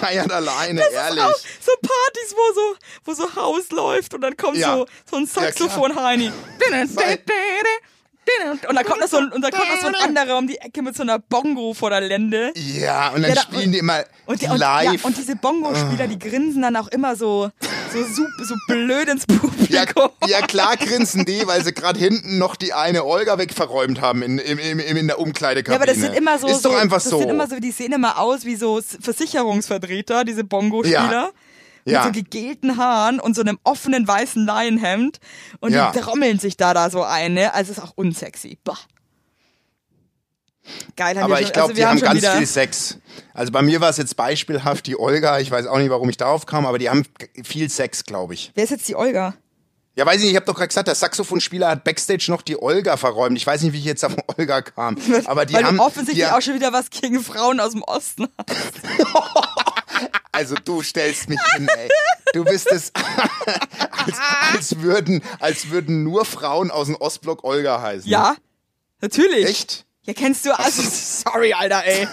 [SPEAKER 2] Feiert alleine, ehrlich.
[SPEAKER 1] auch so Partys, wo so, wo so Haus läuft und dann kommt
[SPEAKER 2] Ja.
[SPEAKER 1] so, so ein
[SPEAKER 2] klar.
[SPEAKER 1] Saxophon-Heini. Und dann kommt noch so ein, und dann kommt noch so ein anderer um die Ecke mit so einer Bongo vor der Lende.
[SPEAKER 2] Ja, und dann
[SPEAKER 1] Ja, da-
[SPEAKER 2] spielen die immer
[SPEAKER 1] Und, die, und, ja,
[SPEAKER 2] live. Ah.
[SPEAKER 1] und diese Bongo-Spieler, die grinsen dann auch immer so, so, sup- so blöd ins Publikum.
[SPEAKER 2] ja, ja, klar grinsen die, weil sie gerade hinten noch die eine Olga wegverräumt haben in, im- im- im- in der Umkleidekabine.
[SPEAKER 1] Ja, aber das sind immer so,
[SPEAKER 2] Ist
[SPEAKER 1] so
[SPEAKER 2] doch einfach
[SPEAKER 1] das
[SPEAKER 2] so.
[SPEAKER 1] sind immer so, die sehen immer aus wie so S- Versicherungsvertreter, diese Bongo-Spieler.
[SPEAKER 2] Ja.
[SPEAKER 1] Mit
[SPEAKER 2] Ja.
[SPEAKER 1] so gegelten Haaren und so einem offenen weißen Laienhemd. Und
[SPEAKER 2] Ja.
[SPEAKER 1] die trommeln sich da da so ein, ne? Also ist auch unsexy. Bah. Geil, haben
[SPEAKER 2] Aber
[SPEAKER 1] wir
[SPEAKER 2] ich
[SPEAKER 1] schon-
[SPEAKER 2] glaube,
[SPEAKER 1] also wir
[SPEAKER 2] die haben
[SPEAKER 1] schon
[SPEAKER 2] ganz
[SPEAKER 1] wieder,
[SPEAKER 2] viel Sex. Also bei mir war es jetzt beispielhaft die Olga. Ich weiß auch nicht, warum ich darauf kam, aber die haben g- viel Sex, glaube ich.
[SPEAKER 1] Wer ist jetzt die Olga?
[SPEAKER 2] Ja, weiß ich nicht, ich habe doch gerade gesagt, der Saxophonspieler hat Backstage noch die Olga verräumt. Ich weiß nicht, wie ich jetzt auf Olga kam. Aber die
[SPEAKER 1] Weil
[SPEAKER 2] haben.
[SPEAKER 1] du offensichtlich
[SPEAKER 2] die,
[SPEAKER 1] auch schon wieder was gegen Frauen aus dem Osten hast.
[SPEAKER 2] Also du stellst mich hin, ey. Du bist es, als, als, würden, als würden nur Frauen aus dem Ostblock Olga heißen.
[SPEAKER 1] Ja, natürlich.
[SPEAKER 2] Echt?
[SPEAKER 1] Ja, kennst du, also, sorry, Alter, ey.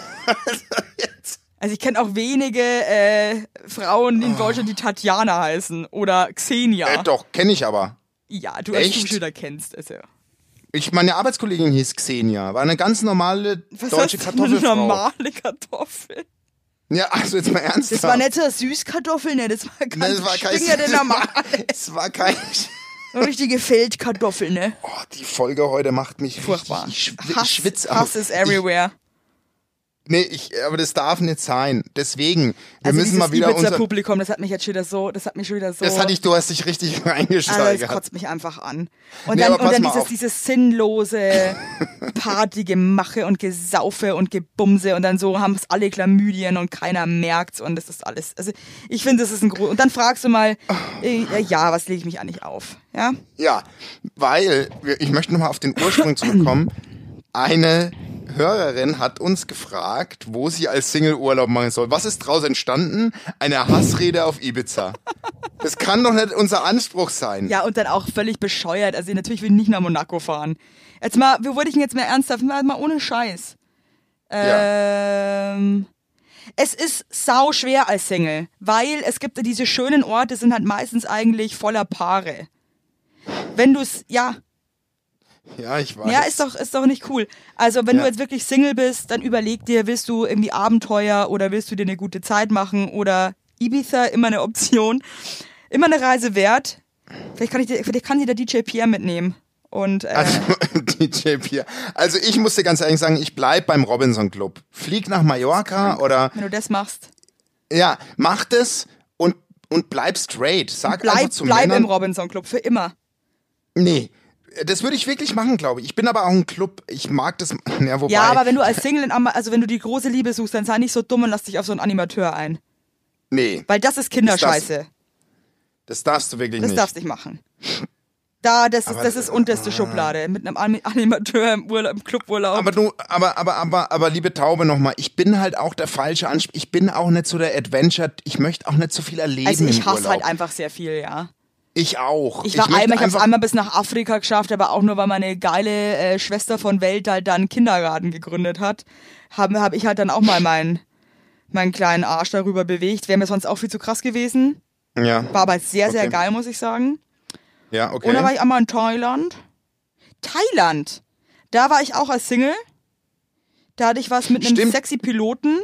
[SPEAKER 1] Also ich kenne auch wenige äh, Frauen in Deutschland, die Tatjana heißen oder Xenia.
[SPEAKER 2] Äh, Ah. doch, kenne ich aber.
[SPEAKER 1] ja, du als
[SPEAKER 2] Echt?
[SPEAKER 1] Schulschüler kennst es ja.
[SPEAKER 2] Ich, meine Arbeitskollegin hieß Xenia, war eine ganz normale
[SPEAKER 1] Was
[SPEAKER 2] deutsche
[SPEAKER 1] heißt denn eine
[SPEAKER 2] Kartoffelfrau.
[SPEAKER 1] normale Kartoffel?
[SPEAKER 2] Ja, also jetzt mal
[SPEAKER 1] Das
[SPEAKER 2] ernsthaft.
[SPEAKER 1] war nicht so eine Süßkartoffel, ne? Das war
[SPEAKER 2] Nein,
[SPEAKER 1] ganz
[SPEAKER 2] das war kein,
[SPEAKER 1] stinkende
[SPEAKER 2] das
[SPEAKER 1] normal.
[SPEAKER 2] war, es war kein.
[SPEAKER 1] Eine richtige Feldkartoffel, ne?
[SPEAKER 2] Oh, die Folge heute macht mich
[SPEAKER 1] Furchtbar.
[SPEAKER 2] Richtig, ich schw-
[SPEAKER 1] Hass,
[SPEAKER 2] schwitz auf.
[SPEAKER 1] Hass ist everywhere.
[SPEAKER 2] Ich, nee, ich, aber das darf nicht sein. Deswegen, wir
[SPEAKER 1] also
[SPEAKER 2] müssen
[SPEAKER 1] dieses
[SPEAKER 2] mal wieder
[SPEAKER 1] Ibiza
[SPEAKER 2] unser.
[SPEAKER 1] Publikum, das hat mich jetzt schon wieder so, das hat mich schon wieder so.
[SPEAKER 2] Das hatte ich, du hast dich richtig reingesteigert.
[SPEAKER 1] Also das kotzt mich einfach an. Und
[SPEAKER 2] Nee,
[SPEAKER 1] dann,
[SPEAKER 2] aber
[SPEAKER 1] und
[SPEAKER 2] pass
[SPEAKER 1] dann
[SPEAKER 2] mal
[SPEAKER 1] dieses,
[SPEAKER 2] auf.
[SPEAKER 1] dieses sinnlose Partygemache und Gesaufe und Gebumse und dann so haben es alle Chlamydien und keiner merkt's und das ist alles. Also ich finde, das ist ein Grund. Und dann fragst du mal, äh, ja, was lege ich mich eigentlich auf? Ja?
[SPEAKER 2] Ja, weil wir- ich möchte nochmal auf den Ursprung zurückkommen. Eine Hörerin hat uns gefragt, wo sie als Single Urlaub machen soll. Was ist daraus entstanden? Eine Hassrede auf Ibiza. Das kann doch nicht unser Anspruch sein.
[SPEAKER 1] Ja, und dann auch völlig bescheuert. Also natürlich will ich nicht nach Monaco fahren. Jetzt mal, wo würde ich denn jetzt mal ernsthaft? Mal, mal ohne Scheiß. Ähm, Es ist sau schwer als Single, weil es gibt diese schönen Orte, sind halt meistens eigentlich voller Paare. Wenn du es, ja,
[SPEAKER 2] Ja, ich weiß.
[SPEAKER 1] ja, ist doch, ist doch nicht cool. Also wenn
[SPEAKER 2] Ah, Ja.
[SPEAKER 1] du jetzt wirklich Single bist, dann überleg dir, willst du irgendwie Abenteuer oder willst du dir eine gute Zeit machen oder Ibiza, immer eine Option. Immer eine Reise wert. Vielleicht kann ich dir, vielleicht kann sie der DJ Pierre mitnehmen. Und äh,
[SPEAKER 2] Also, DJ Pierre. Also ich muss dir ganz ehrlich sagen, ich bleib beim Robinson Club. Flieg nach Mallorca oder
[SPEAKER 1] wenn du das machst,
[SPEAKER 2] ja, mach das und und bleib straight. Sag einfach
[SPEAKER 1] bleib,
[SPEAKER 2] zu
[SPEAKER 1] bleib
[SPEAKER 2] Also Männern,
[SPEAKER 1] im Robinson Club für immer.
[SPEAKER 2] Nee, das würde ich wirklich machen, glaube ich. Ich bin aber auch ein Club. Ich mag das. Ja, wobei.
[SPEAKER 1] Ja, aber wenn du als Single, in Ama- also wenn du die große Liebe suchst, dann sei nicht so dumm und lass dich auf so einen Animateur ein.
[SPEAKER 2] nee,
[SPEAKER 1] Weil das ist Kinderscheiße. das
[SPEAKER 2] das darfst du wirklich nicht.
[SPEAKER 1] darfst du nicht machen. Da, das ist,
[SPEAKER 2] Aber- Ah.
[SPEAKER 1] das ist unterste Schublade. Mit einem Ani- Animateur im, Urlaub, im Cluburlaub.
[SPEAKER 2] aber du, aber, aber, aber, aber, liebe Taube nochmal, ich bin halt auch der falsche Anspruch. Ich bin auch nicht so der Adventure. Ich möchte auch nicht so viel erleben.
[SPEAKER 1] Also ich
[SPEAKER 2] im
[SPEAKER 1] hasse
[SPEAKER 2] Urlaub.
[SPEAKER 1] halt einfach sehr viel, ja.
[SPEAKER 2] Ich auch.
[SPEAKER 1] Ich war
[SPEAKER 2] möchte
[SPEAKER 1] einmal, ich hab's
[SPEAKER 2] einfach-
[SPEAKER 1] einmal bis nach Afrika geschafft, aber auch nur, weil meine geile äh, Schwester von Welt halt da einen Kindergarten gegründet hat, habe hab ich halt dann auch mal meinen meinen kleinen Arsch darüber bewegt. Wäre mir sonst auch viel zu krass gewesen.
[SPEAKER 2] Ja,
[SPEAKER 1] War aber sehr, sehr
[SPEAKER 2] Okay.
[SPEAKER 1] geil, muss ich sagen.
[SPEAKER 2] ja, okay.
[SPEAKER 1] Oder war ich einmal in Thailand? Thailand! Da war ich auch als Single. Da hatte ich was mit einem
[SPEAKER 2] Stimmt.
[SPEAKER 1] sexy Piloten.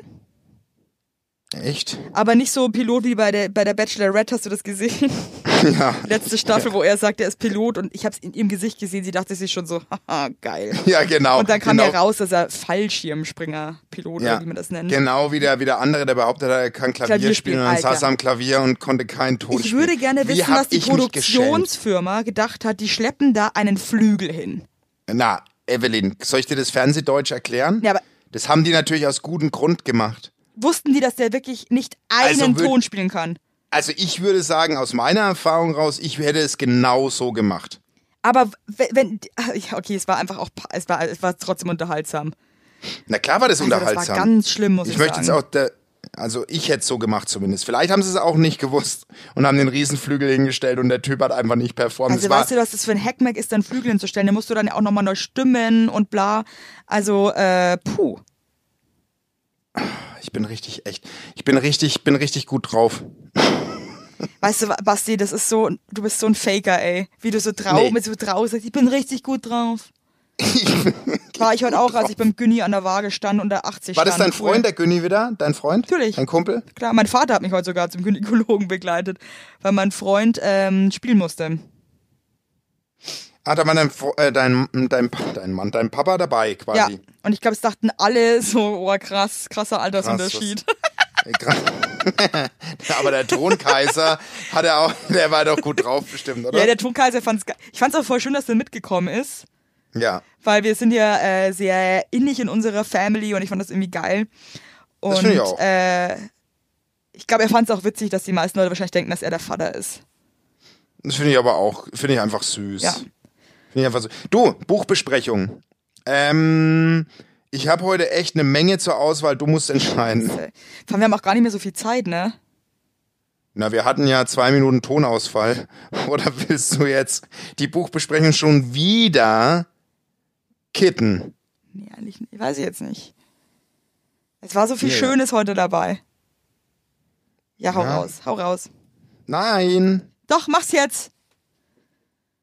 [SPEAKER 2] Echt?
[SPEAKER 1] Aber nicht so Pilot wie bei der, bei der Bachelorette, hast du das gesehen?
[SPEAKER 2] Ja.
[SPEAKER 1] Letzte Staffel, wo er sagt, er ist Pilot und ich habe es in ihrem Gesicht gesehen. Sie dachte sich schon so, haha, geil.
[SPEAKER 2] Ja, genau.
[SPEAKER 1] Und dann kam
[SPEAKER 2] genau,
[SPEAKER 1] ja raus, dass er Fallschirmspringer-Pilot,
[SPEAKER 2] ja,
[SPEAKER 1] oder wie man das nennt.
[SPEAKER 2] Genau wie der, wie der andere, der behauptet hat, er kann Klavier,
[SPEAKER 1] Klavier
[SPEAKER 2] spielen
[SPEAKER 1] spielen,
[SPEAKER 2] und dann
[SPEAKER 1] Alter.
[SPEAKER 2] saß er am Klavier und konnte keinen Ton
[SPEAKER 1] Ich
[SPEAKER 2] spielen.
[SPEAKER 1] würde gerne
[SPEAKER 2] Wie
[SPEAKER 1] wissen,
[SPEAKER 2] hab
[SPEAKER 1] was die
[SPEAKER 2] ich mich geschämt?
[SPEAKER 1] Produktionsfirma gedacht hat, die schleppen da einen Flügel hin.
[SPEAKER 2] Na, Evelyn, soll ich dir das Fernsehdeutsch erklären?
[SPEAKER 1] Ja, aber-
[SPEAKER 2] das haben die natürlich aus gutem Grund gemacht.
[SPEAKER 1] Wussten die, dass der wirklich nicht einen
[SPEAKER 2] Also würd-
[SPEAKER 1] Ton spielen kann?
[SPEAKER 2] Also ich würde sagen, aus meiner Erfahrung raus, ich hätte es genau so gemacht.
[SPEAKER 1] Aber w- wenn, ah, ja, okay, es war einfach auch, pa- es war, es war trotzdem unterhaltsam.
[SPEAKER 2] Na klar war das
[SPEAKER 1] Also
[SPEAKER 2] unterhaltsam.
[SPEAKER 1] Das war ganz schlimm, muss ich,
[SPEAKER 2] ich möchte
[SPEAKER 1] sagen.
[SPEAKER 2] jetzt auch, der, also ich hätte es so gemacht zumindest. Vielleicht haben sie es auch nicht gewusst und haben den Riesenflügel hingestellt und der Typ hat einfach nicht performt.
[SPEAKER 1] also
[SPEAKER 2] es war,
[SPEAKER 1] weißt du, was das für ein Hackmack ist, dann Flügel hinzustellen? Da musst du dann ja auch nochmal neu stimmen und bla. Also, äh, puh.
[SPEAKER 2] ich bin richtig echt, ich bin richtig, bin richtig gut drauf.
[SPEAKER 1] Weißt du, Basti, das ist so, du bist so ein Faker, ey. Wie du so drauf,
[SPEAKER 2] Nee.
[SPEAKER 1] mit so drauf sagst, ich bin richtig gut drauf. War ich heute auch, als ich beim Günni an der Waage stand und der 80
[SPEAKER 2] War das
[SPEAKER 1] stand.
[SPEAKER 2] dein Freund, der Günni wieder? Dein Freund?
[SPEAKER 1] Natürlich.
[SPEAKER 2] Dein Kumpel?
[SPEAKER 1] Klar, mein Vater hat mich heute sogar zum Gynäkologen begleitet, weil mein Freund ähm, spielen musste.
[SPEAKER 2] Ah, da war dein, Fro- äh, dein, dein, Pa- dein Mann, dein Papa dabei
[SPEAKER 1] Ja,
[SPEAKER 2] quasi.
[SPEAKER 1] und ich glaube, es dachten alle so, oh krass, krasser Altersunterschied.
[SPEAKER 2] Äh, gra- Aber der Thronkaiser hat er auch, der war doch gut drauf bestimmt, oder?
[SPEAKER 1] ja, der Tonkaiser fand's geil. Ich fand's auch voll schön, dass er mitgekommen ist,
[SPEAKER 2] ja.
[SPEAKER 1] weil wir sind ja äh, sehr innig in unserer Family und ich fand das irgendwie geil. Und
[SPEAKER 2] find ich auch.
[SPEAKER 1] äh, ich glaube, er fand's auch witzig, dass die meisten Leute wahrscheinlich denken, dass er der Vater ist.
[SPEAKER 2] Das finde ich aber auch, finde ich einfach süß.
[SPEAKER 1] Ja.
[SPEAKER 2] Finde ich einfach so. Du, Buchbesprechung. Ähm, ich habe heute echt eine Menge zur Auswahl, du musst entscheiden.
[SPEAKER 1] Äh, Vor allem, wir haben auch gar nicht mehr so viel Zeit, ne?
[SPEAKER 2] Na, wir hatten ja zwei Minuten Tonausfall. Oder willst du jetzt die Buchbesprechung schon wieder kitten?
[SPEAKER 1] Nee, eigentlich nicht. Weiß ich jetzt nicht. Es war so viel
[SPEAKER 2] Ja, ja.
[SPEAKER 1] Schönes heute dabei. Ja, hau
[SPEAKER 2] Ja.
[SPEAKER 1] raus, hau raus.
[SPEAKER 2] Nein.
[SPEAKER 1] Doch, mach's jetzt.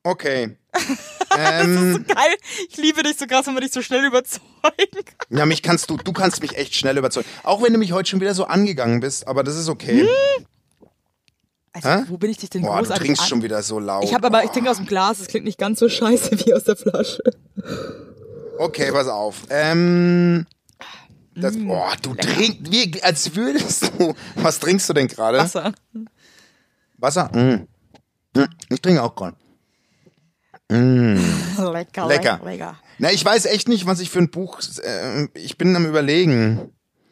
[SPEAKER 2] Okay. ähm,
[SPEAKER 1] Geil. Ich liebe dich so krass, wenn wir dich so schnell überzeugen.
[SPEAKER 2] ja, mich kannst du, du kannst mich echt schnell überzeugen. Auch wenn du mich heute schon wieder so angegangen bist, aber das ist okay.
[SPEAKER 1] Also,
[SPEAKER 2] Hä?
[SPEAKER 1] wo bin ich dich denn
[SPEAKER 2] Boah, du
[SPEAKER 1] Hm? großartig
[SPEAKER 2] trinkst
[SPEAKER 1] an-
[SPEAKER 2] schon wieder so laut.
[SPEAKER 1] Ich habe aber, ich trinke aus dem Glas, es klingt nicht ganz so scheiße wie aus der Flasche.
[SPEAKER 2] Okay, pass auf. Ähm, das,
[SPEAKER 1] Hm.
[SPEAKER 2] oh, du trinkst, wie, als würdest du. Was trinkst du denn gerade?
[SPEAKER 1] Wasser.
[SPEAKER 2] Wasser? Mm. Mm, Ich trinke auch gerade.
[SPEAKER 1] Lecker,
[SPEAKER 2] Lecker.
[SPEAKER 1] lecker.
[SPEAKER 2] Na, ich weiß echt nicht, was ich für ein Buch. Äh, ich bin am Überlegen.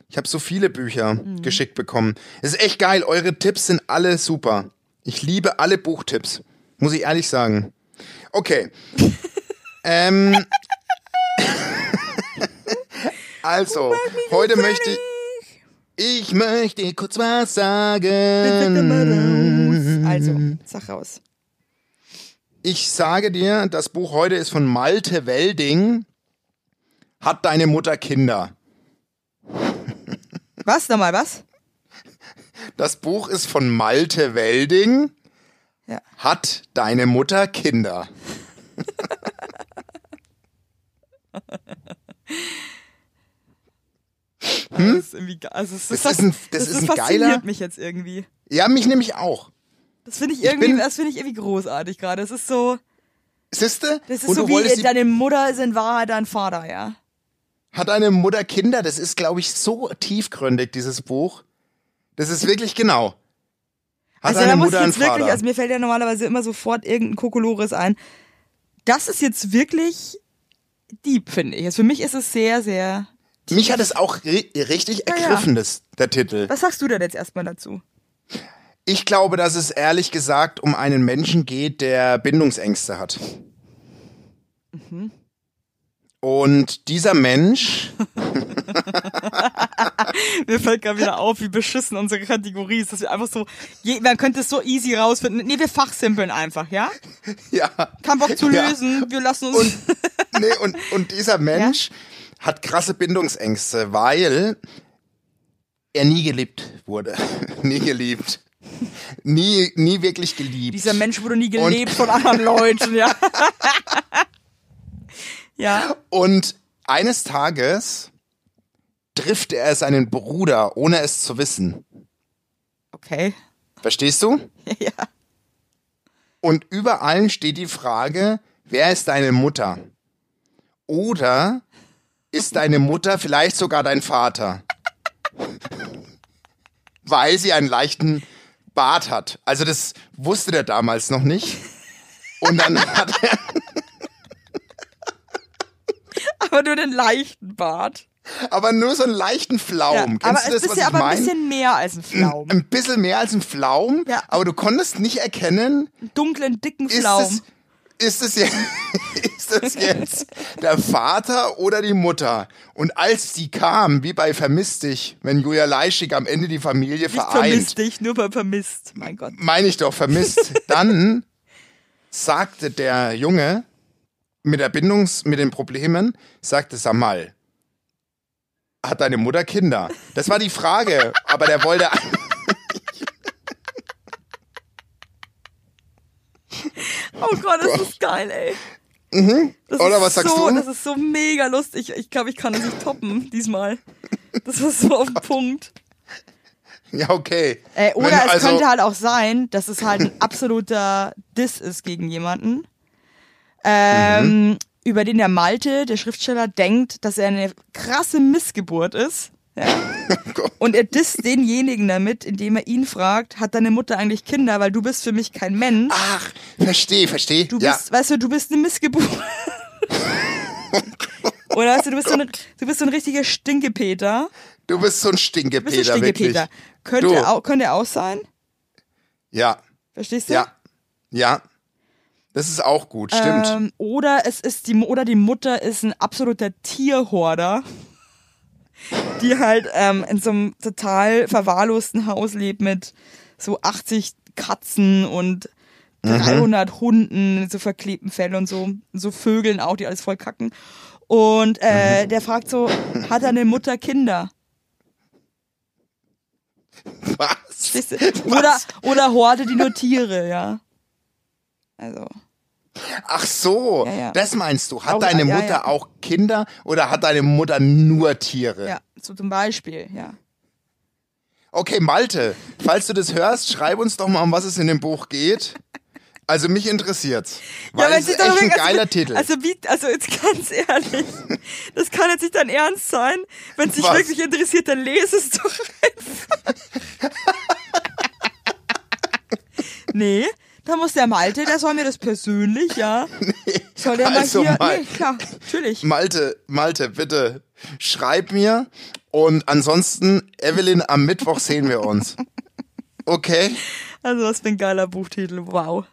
[SPEAKER 2] Ich habe so viele Bücher geschickt bekommen. Es ist echt geil. Eure Tipps sind alle super. Ich liebe alle Buchtipps. Muss ich ehrlich sagen. Okay. ähm. also, heute möchte ich. Ich möchte kurz was sagen.
[SPEAKER 1] Also, sag raus.
[SPEAKER 2] Ich sage dir, das Buch heute ist von Malte Welding. Hat deine Mutter Kinder?
[SPEAKER 1] Was? Nochmal was?
[SPEAKER 2] Das Buch ist von Malte Welding.
[SPEAKER 1] Ja.
[SPEAKER 2] Hat deine Mutter Kinder?
[SPEAKER 1] Das ist irgendwie ge- also, es
[SPEAKER 2] Hm? Das ist ein- das ist ein
[SPEAKER 1] fasziniert
[SPEAKER 2] geiler-
[SPEAKER 1] mich jetzt irgendwie.
[SPEAKER 2] Ja, mich nämlich auch.
[SPEAKER 1] Das finde ich
[SPEAKER 2] Ich
[SPEAKER 1] irgendwie,
[SPEAKER 2] bin-
[SPEAKER 1] das finde ich irgendwie großartig gerade. Das ist so,
[SPEAKER 2] Siehste?
[SPEAKER 1] das ist
[SPEAKER 2] Und
[SPEAKER 1] so
[SPEAKER 2] du
[SPEAKER 1] wie äh,
[SPEAKER 2] wolltest die-
[SPEAKER 1] deine Mutter ist in Wahrheit dein Vater, ja.
[SPEAKER 2] Hat deine Mutter Kinder? Das ist, glaube ich, so tiefgründig, dieses Buch. Das ist wirklich genau. Hat
[SPEAKER 1] also
[SPEAKER 2] deine
[SPEAKER 1] da muss
[SPEAKER 2] Mutter
[SPEAKER 1] ich
[SPEAKER 2] einen
[SPEAKER 1] jetzt wirklich,
[SPEAKER 2] Vater?
[SPEAKER 1] also mir fällt ja normalerweise immer sofort irgendein Kokolores ein. Das ist jetzt wirklich deep, finde ich. Also für mich ist es sehr, sehr.
[SPEAKER 2] mich hat es auch ri richtig
[SPEAKER 1] ja.
[SPEAKER 2] ergriffen, das, der Titel.
[SPEAKER 1] Was sagst du denn jetzt erstmal dazu?
[SPEAKER 2] Ich glaube, dass es ehrlich gesagt um einen Menschen geht, der Bindungsängste hat.
[SPEAKER 1] Mhm.
[SPEAKER 2] Und dieser Mensch
[SPEAKER 1] Mir fällt gerade wieder auf, wie beschissen unsere Kategorie ist, dass wir einfach so, je, man könnte es so easy rausfinden. Nee, wir fachsimpeln einfach, ja?
[SPEAKER 2] Ja.
[SPEAKER 1] Kein Bock zu
[SPEAKER 2] Ja.
[SPEAKER 1] lösen, wir lassen uns.
[SPEAKER 2] Und, nee, und, und dieser Mensch hat krasse Bindungsängste, weil er nie geliebt wurde. nie geliebt. Nie, nie wirklich geliebt.
[SPEAKER 1] Dieser Mensch wurde nie gelebt von anderen Leuten, ja. ja.
[SPEAKER 2] Und eines Tages trifft er seinen Bruder, ohne es zu wissen.
[SPEAKER 1] Okay.
[SPEAKER 2] Verstehst du?
[SPEAKER 1] ja.
[SPEAKER 2] Und über allen steht die Frage, wer ist deine Mutter? Oder ist deine Mutter vielleicht sogar dein Vater? Weil sie einen leichten Bart hat. Also das wusste der damals noch nicht. Und dann hat er,
[SPEAKER 1] Aber nur den leichten Bart.
[SPEAKER 2] aber nur so einen leichten Flaum.
[SPEAKER 1] Ja,
[SPEAKER 2] Kennst
[SPEAKER 1] aber es
[SPEAKER 2] du das,
[SPEAKER 1] bist
[SPEAKER 2] was
[SPEAKER 1] ja
[SPEAKER 2] ich
[SPEAKER 1] aber ein
[SPEAKER 2] meine?
[SPEAKER 1] bisschen mehr als ein Flaum.
[SPEAKER 2] Ein bisschen mehr als ein Flaum,
[SPEAKER 1] Ja.
[SPEAKER 2] aber du konntest nicht erkennen,
[SPEAKER 1] Dunklen, dicken
[SPEAKER 2] ist
[SPEAKER 1] Flaum.
[SPEAKER 2] Es, ist, es jetzt, ist es jetzt der Vater oder die Mutter? Und als die kam, wie bei Vermisst dich, wenn Julia Leischig am Ende die Familie
[SPEAKER 1] Nicht
[SPEAKER 2] vereint,
[SPEAKER 1] vermisst dich, nur bei vermisst. Mein Gott.
[SPEAKER 2] meine ich doch vermisst, dann sagte der Junge mit der Bindungs-, mit den Problemen, sagte Samal, hat deine Mutter Kinder? Das war die Frage, aber der wollte...
[SPEAKER 1] Oh Gott, das ist geil, ey. Das
[SPEAKER 2] Mhm. Oder
[SPEAKER 1] ist
[SPEAKER 2] was sagst
[SPEAKER 1] so,
[SPEAKER 2] du?
[SPEAKER 1] Das ist so mega lustig. Ich glaube, ich kann das nicht toppen diesmal. Das war so auf den Punkt.
[SPEAKER 2] Ja, okay.
[SPEAKER 1] Äh, oder
[SPEAKER 2] Wenn-
[SPEAKER 1] es
[SPEAKER 2] also-
[SPEAKER 1] könnte halt auch sein, dass es halt ein absoluter Diss ist gegen jemanden, ähm,
[SPEAKER 2] Mhm.
[SPEAKER 1] über den der Malte, der Schriftsteller, denkt, dass er eine krasse Missgeburt ist.
[SPEAKER 2] Oh
[SPEAKER 1] Ja. Und er disst denjenigen damit, indem er ihn fragt, hat deine Mutter eigentlich Kinder, weil du bist für mich kein Mensch.
[SPEAKER 2] Ach, verstehe, verstehe.
[SPEAKER 1] Du
[SPEAKER 2] ja.
[SPEAKER 1] bist, weißt du, du bist eine Missgeburt. Oder weißt du, du bist, so ein, du bist so ein richtiger Stinkepeter.
[SPEAKER 2] Du bist so
[SPEAKER 1] Du
[SPEAKER 2] ein
[SPEAKER 1] bist ein
[SPEAKER 2] Stinkepeter, wirklich.
[SPEAKER 1] Stinkepeter.
[SPEAKER 2] Du.
[SPEAKER 1] Könnte auch, könnte auch sein.
[SPEAKER 2] Ja,
[SPEAKER 1] Verstehst du?
[SPEAKER 2] ja, ja. Das ist auch gut, stimmt.
[SPEAKER 1] Ähm, oder es ist die oder die Mutter ist ein absoluter Tierhorder, die halt ähm, in so einem total verwahrlosten Haus lebt mit so 80 Katzen und
[SPEAKER 2] Mhm.
[SPEAKER 1] 300 Hunden mit so verklebten Fell und so so Vögeln auch, die alles voll kacken. Und
[SPEAKER 2] Mhm.
[SPEAKER 1] äh, der fragt so, hat deine Mutter Kinder?
[SPEAKER 2] Was?
[SPEAKER 1] Siehst du? Oder oder horde die nur Tiere, ja. Also
[SPEAKER 2] Ach so,
[SPEAKER 1] Ja, ja.
[SPEAKER 2] das meinst du. Hat
[SPEAKER 1] Auch-
[SPEAKER 2] deine
[SPEAKER 1] ja,
[SPEAKER 2] Mutter
[SPEAKER 1] ja.
[SPEAKER 2] auch Kinder oder hat deine Mutter nur Tiere?
[SPEAKER 1] ja, so zum Beispiel, ja.
[SPEAKER 2] Okay, Malte, falls du das hörst, schreib uns doch mal, um was es in dem Buch geht. Also mich interessiert's. Weil
[SPEAKER 1] aber
[SPEAKER 2] es
[SPEAKER 1] jetzt
[SPEAKER 2] ist echt ein
[SPEAKER 1] wirklich-
[SPEAKER 2] geiler
[SPEAKER 1] also,
[SPEAKER 2] Titel.
[SPEAKER 1] Also, wie, also jetzt ganz ehrlich, das kann jetzt nicht dein Ernst sein. Wenn es dich
[SPEAKER 2] Was?
[SPEAKER 1] wirklich interessiert, dann lese es doch einfach. nee, da muss der Malte, der soll mir das persönlich, ja. soll der
[SPEAKER 2] also
[SPEAKER 1] mal hier.
[SPEAKER 2] mal-
[SPEAKER 1] Nee, klar, natürlich.
[SPEAKER 2] Malte, Malte, bitte, schreib mir. Und ansonsten, Evelyn, am Mittwoch sehen wir uns. Okay?
[SPEAKER 1] Also, was für ein geiler Buchtitel. Wow.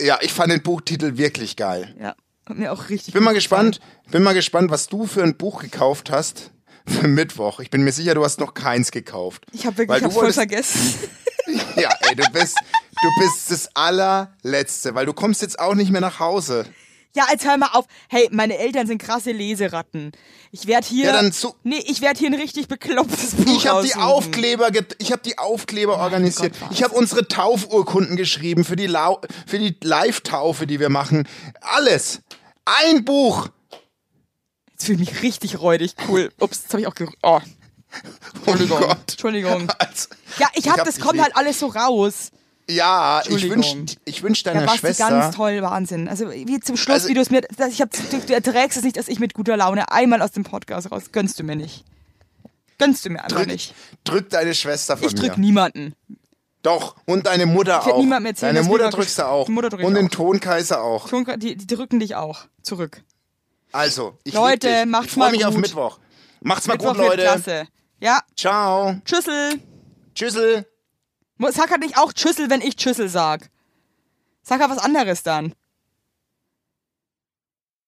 [SPEAKER 2] Ja, ich fand den Buchtitel wirklich geil.
[SPEAKER 1] Ja. Hat mir auch richtig.
[SPEAKER 2] Ich bin mal gespannt, bin mal gespannt, was du für ein Buch gekauft hast für Mittwoch. Ich bin mir sicher, du hast noch keins gekauft.
[SPEAKER 1] Ich habe
[SPEAKER 2] Weil
[SPEAKER 1] wirklich ich
[SPEAKER 2] du
[SPEAKER 1] hab voll
[SPEAKER 2] wolltest-
[SPEAKER 1] vergessen.
[SPEAKER 2] Ja, ey, du bist, du bist das allerletzte, weil du kommst jetzt auch nicht mehr nach Hause.
[SPEAKER 1] Ja, jetzt hör mal auf. Hey, meine Eltern sind krasse Leseratten. Ich werd hier.
[SPEAKER 2] Ja, dann zu-
[SPEAKER 1] Nee, ich werd hier ein richtig beklopptes Buch
[SPEAKER 2] Ich habe die
[SPEAKER 1] aussuchen.
[SPEAKER 2] Aufkleber, get- ich habe die Aufkleber organisiert.
[SPEAKER 1] Gott, was?
[SPEAKER 2] ich habe unsere Taufurkunden geschrieben für die Lau für die Live-Taufe, die wir machen. Alles, ein Buch
[SPEAKER 1] Jetzt fühle ich mich richtig räudig. Cool. Ups, jetzt habe ich auch. Ge oh, Entschuldigung.
[SPEAKER 2] Oh Gott.
[SPEAKER 1] Entschuldigung.
[SPEAKER 2] Also,
[SPEAKER 1] Ja, ich
[SPEAKER 2] Ich
[SPEAKER 1] hab,
[SPEAKER 2] hab
[SPEAKER 1] das
[SPEAKER 2] dich
[SPEAKER 1] kommt
[SPEAKER 2] lieb.
[SPEAKER 1] halt alles so raus.
[SPEAKER 2] ja, ich wünsch,
[SPEAKER 1] Entschuldigung.
[SPEAKER 2] ich wünsch
[SPEAKER 1] Da
[SPEAKER 2] deiner
[SPEAKER 1] warst du
[SPEAKER 2] Schwester.
[SPEAKER 1] ganz toll, Wahnsinn. Also wie zum Schluss,
[SPEAKER 2] Also-
[SPEAKER 1] wie du es mir. das- Ich hab, du, du erträgst es nicht, dass ich mit guter Laune einmal aus dem Podcast raus. Gönnst du mir nicht. Gönnst du mir einfach
[SPEAKER 2] drück,
[SPEAKER 1] nicht.
[SPEAKER 2] drück deine Schwester von
[SPEAKER 1] Ich drück
[SPEAKER 2] mir.
[SPEAKER 1] niemanden.
[SPEAKER 2] Doch, und deine Mutter
[SPEAKER 1] Ich werd
[SPEAKER 2] auch.
[SPEAKER 1] niemandem erzählen,
[SPEAKER 2] deine
[SPEAKER 1] dass wir
[SPEAKER 2] Mutter
[SPEAKER 1] mal gesch-
[SPEAKER 2] drückst du auch.
[SPEAKER 1] Die Mutter drück ich
[SPEAKER 2] und den
[SPEAKER 1] auch.
[SPEAKER 2] Tonkaiser auch.
[SPEAKER 1] Die, die drücken dich auch zurück.
[SPEAKER 2] Also, ich
[SPEAKER 1] Leute,
[SPEAKER 2] lieb dich.
[SPEAKER 1] macht's
[SPEAKER 2] ich freu
[SPEAKER 1] mal
[SPEAKER 2] mich auf
[SPEAKER 1] gut.
[SPEAKER 2] Mittwoch. Macht's mal
[SPEAKER 1] Mittwoch
[SPEAKER 2] gut,
[SPEAKER 1] wird
[SPEAKER 2] Leute.
[SPEAKER 1] klasse. Ja,
[SPEAKER 2] Ciao.
[SPEAKER 1] Tschüssel.
[SPEAKER 2] Tschüssel.
[SPEAKER 1] Mo- Sag halt nicht auch Tschüssel, wenn ich Tschüssel sag. Sag halt was anderes dann.